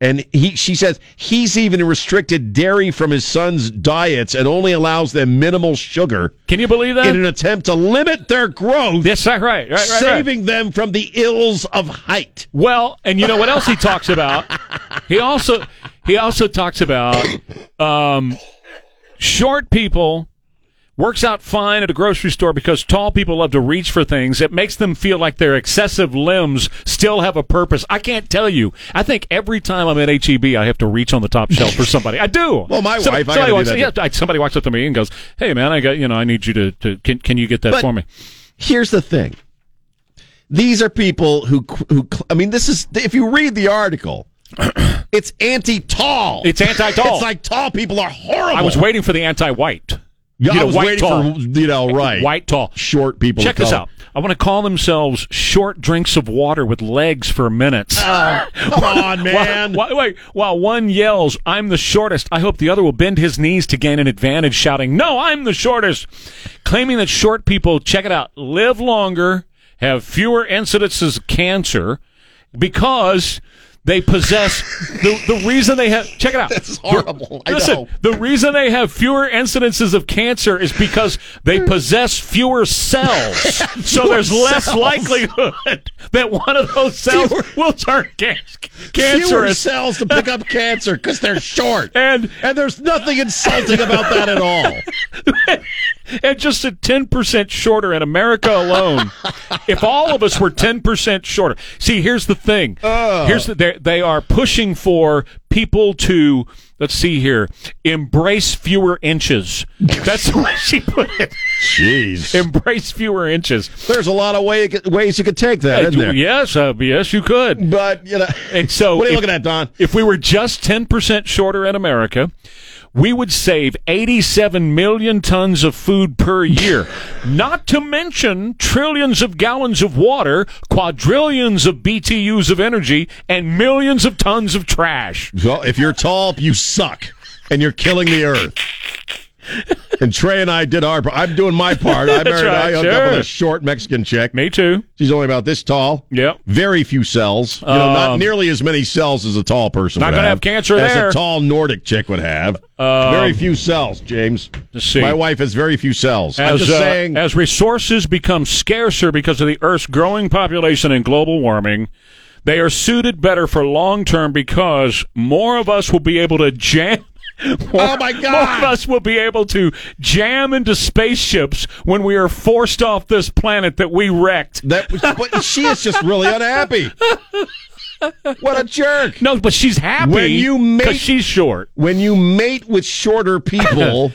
S3: And he, she says he's even restricted dairy from his son's diets and only allows them minimal sugar
S2: Can you believe that?
S3: in an attempt to limit their growth,
S2: Yes, right, right, right, right.
S3: saving them from the ills of height.
S2: Well, and you know what else he talks about? He also he also talks about um, short people works out fine at a grocery store because tall people love to reach for things. It makes them feel like their excessive limbs still have a purpose. I can't tell you. I think every time I'm at HEB, I have to reach on the top shelf for somebody. I do.
S3: Well, my wife, I gotta
S2: somebody
S3: do
S2: walks,
S3: that.
S2: yeah, like, somebody walks up to me and goes, "Hey, man, I got you know, I need you to, to can can you get that
S6: But-
S2: for me?"
S6: here's the thing. These are people who, who, I mean, this is, if you read the article, it's anti tall.
S2: It's anti-tall.
S6: It's like tall people are horrible.
S2: I was waiting for the anti-white. You
S6: Yeah, I
S2: know,
S6: was
S2: white
S6: waiting
S2: tall.
S6: for, you know, right.
S2: White tall.
S6: Short people.
S2: Check
S6: of
S2: this
S6: color.
S2: out. I want to call themselves short drinks of water with legs for minutes.
S3: Ah,
S6: Come on, man.
S2: While, while- wait, while one yells, I'm the shortest, I hope the other will bend his knees to gain an advantage, shouting, No, I'm the shortest. Claiming that short people, check it out, live longer, have fewer incidences of cancer because They possess the, the reason they have. Check it out.
S3: That's horrible. I
S2: Listen,
S3: know.
S2: the reason they have fewer incidences of cancer is because they possess fewer cells. so there's less
S3: cells.
S2: likelihood that one of those cells
S3: Fewer-
S2: will turn can-
S3: Fewer
S2: cancerous.
S3: cells to pick up cancer because they're short.
S2: And-
S3: and there's nothing insulting about that at all.
S2: and just at 10% shorter in America alone. if all of us were 10% shorter. See, here's the thing. Here's the, they they are pushing for people to let's see here, embrace fewer inches. That's the way she put it.
S3: Jeez.
S2: Embrace fewer inches.
S3: There's a lot of way, ways you could take that, isn't there?
S2: Yes, uh, yes you could.
S3: But, you know.
S2: And so
S3: what are you
S2: if-
S3: looking at, Don?
S2: If we were just 10% shorter in America, we would save 87 million tons of food per year, not to mention trillions of gallons of water, quadrillions of BTUs of energy, and millions of tons of trash.
S3: Well, if you're tall, you suck, and you're killing the earth. And Trey and I did our. part. I'm doing my part. I married.
S2: right,
S3: I hooked up with
S2: sure.
S3: a short Mexican chick.
S2: Me too.
S3: She's only about this tall.
S2: Yep.
S3: Very few cells. You know, not
S2: Um,
S3: nearly as many cells as a tall person.
S2: Not
S3: would
S2: gonna
S3: have,
S2: have cancer
S3: as
S2: there. Um,
S3: a tall Nordic chick would have. very few cells, James.
S2: Let's see.
S3: My wife has very few cells. I'm
S2: As,
S3: just
S2: uh,
S3: saying.
S2: as resources become scarcer because of the Earth's growing population and global warming, they are suited better for long term because more of us will be able to jam.
S3: Oh, my God.
S2: More of us will be able to jam into spaceships when we are forced off this planet that we wrecked.
S3: that was, but she is just really unhappy. What a jerk.
S2: No, but she's happy
S3: When you make-
S2: 'cause she's short.
S3: when you mate with shorter people,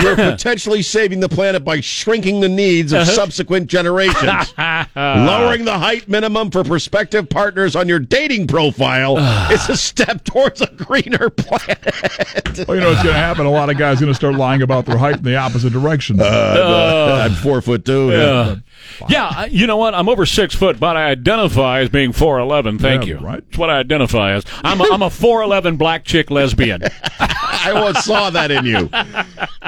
S3: you're potentially saving the planet by shrinking the needs
S2: Uh-huh.
S3: of subsequent generations. Lowering the height minimum for prospective partners on your dating profile is a step towards a greener planet.
S5: Well, you know, it's going to happen. A lot of guys going to start lying about their height in the opposite direction.
S3: Uh, I'm four foot two.
S2: Uh, yeah, I- you know what? I'm over six foot, but I identify as being four eleven. Thank
S5: Yeah,
S2: you.
S5: right.
S2: That's what I identify as. I'm a, I'm a four eleven black chick lesbian.
S3: I once saw that in you.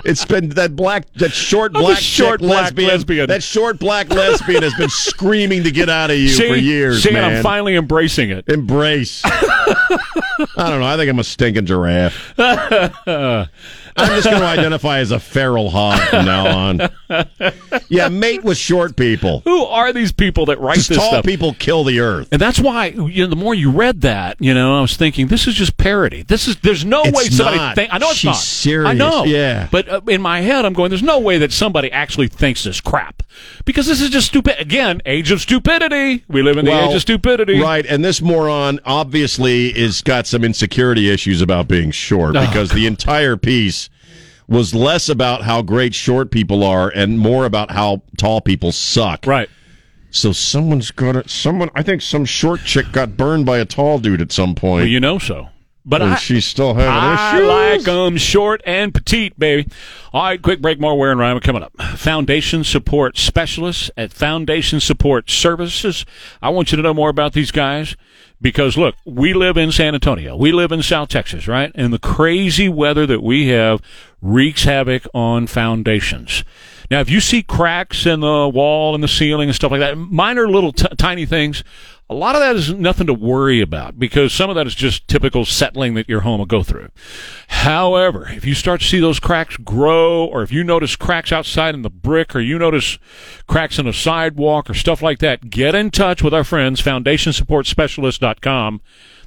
S3: It's been that black, that short
S2: I'm a
S3: black,
S2: short
S3: chick
S2: black
S3: lesbian,
S2: lesbian.
S3: That short black lesbian has been screaming to get out of you
S2: see,
S3: for years,
S2: see, and
S3: man.
S2: I'm finally embracing it.
S3: Embrace. I don't know. I think I'm a stinking giraffe. I'm just going to identify as a feral hog from now on. Yeah, mate with short people.
S2: Who are these people that write
S3: Just
S2: this
S3: tall
S2: stuff?
S3: people kill the earth.
S2: And that's why you know the more you read that, you know, I was thinking this is just parody. This is there's no
S3: It's
S2: way somebody
S3: not.
S2: think- I know it's
S3: She's
S2: not
S3: serious.
S2: I know.
S3: Yeah.
S2: But uh, in my head, I'm going. There's no way that somebody actually thinks this crap because this is just stupid. Again, age of stupidity. We live in the
S3: Well,
S2: age of stupidity.
S3: Right, and this moron obviously is got some insecurity issues about being
S2: Oh,
S3: short because the entire piece was less about how great short people are and more about how tall people suck.
S2: Right.
S3: So someone's gonna someone. I think some short chick got burned by a tall dude at some point,
S2: Well, you know so. But
S3: and
S2: I,
S3: she's still having
S2: I
S3: issues.
S2: like 'em short and petite, baby. All right, quick break. More Ware and Rhyme coming up. Foundation Support Specialists at Foundation Support Services. I want you to know more about these guys because, look, we live in San Antonio. We live in South Texas, right? And the crazy weather that we have wreaks havoc on foundations. Now, if you see cracks in the wall and the ceiling and stuff like that, minor little t- tiny things, a lot of that is nothing to worry about because some of that is just typical settling that your home will go through. However, if you start to see those cracks grow, or if you notice cracks outside in the brick, or you notice cracks in a sidewalk, or stuff like that, get in touch with our friends, foundationsupportspecialist.com.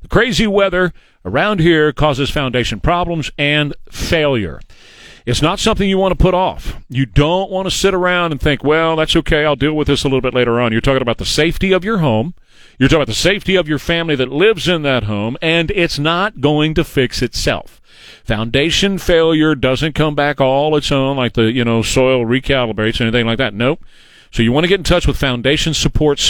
S2: The crazy weather around here causes foundation problems and failure. It's not something you want to put off. You don't want to sit around and think, well, that's okay. I'll deal with this a little bit later on. You're talking about the safety of your home. You're talking about the safety of your family that lives in that home, and it's not going to fix itself. Foundation failure doesn't come back all its own, like the, you know, soil recalibrates or anything like that. Nope. So you want to get in touch with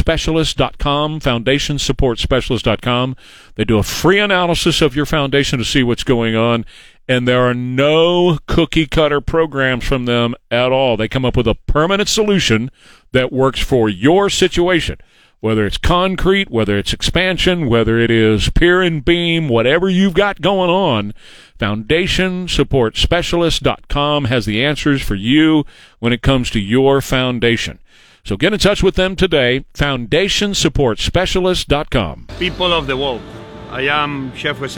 S2: foundationsupportspecialist.com, foundationsupportspecialist.com. They do a free analysis of your foundation to see what's going on, and there are no cookie cutter programs from them at all. They come up with a permanent solution that works for your situation. Whether it's concrete, whether it's expansion, whether it is pier and beam, whatever you've got going on, foundationsupportspecialist.com has the answers for you when it comes to your foundation. So get in touch with them today, foundationsupportspecialist.com.
S8: people of the world. I
S5: I am Chef Hussein.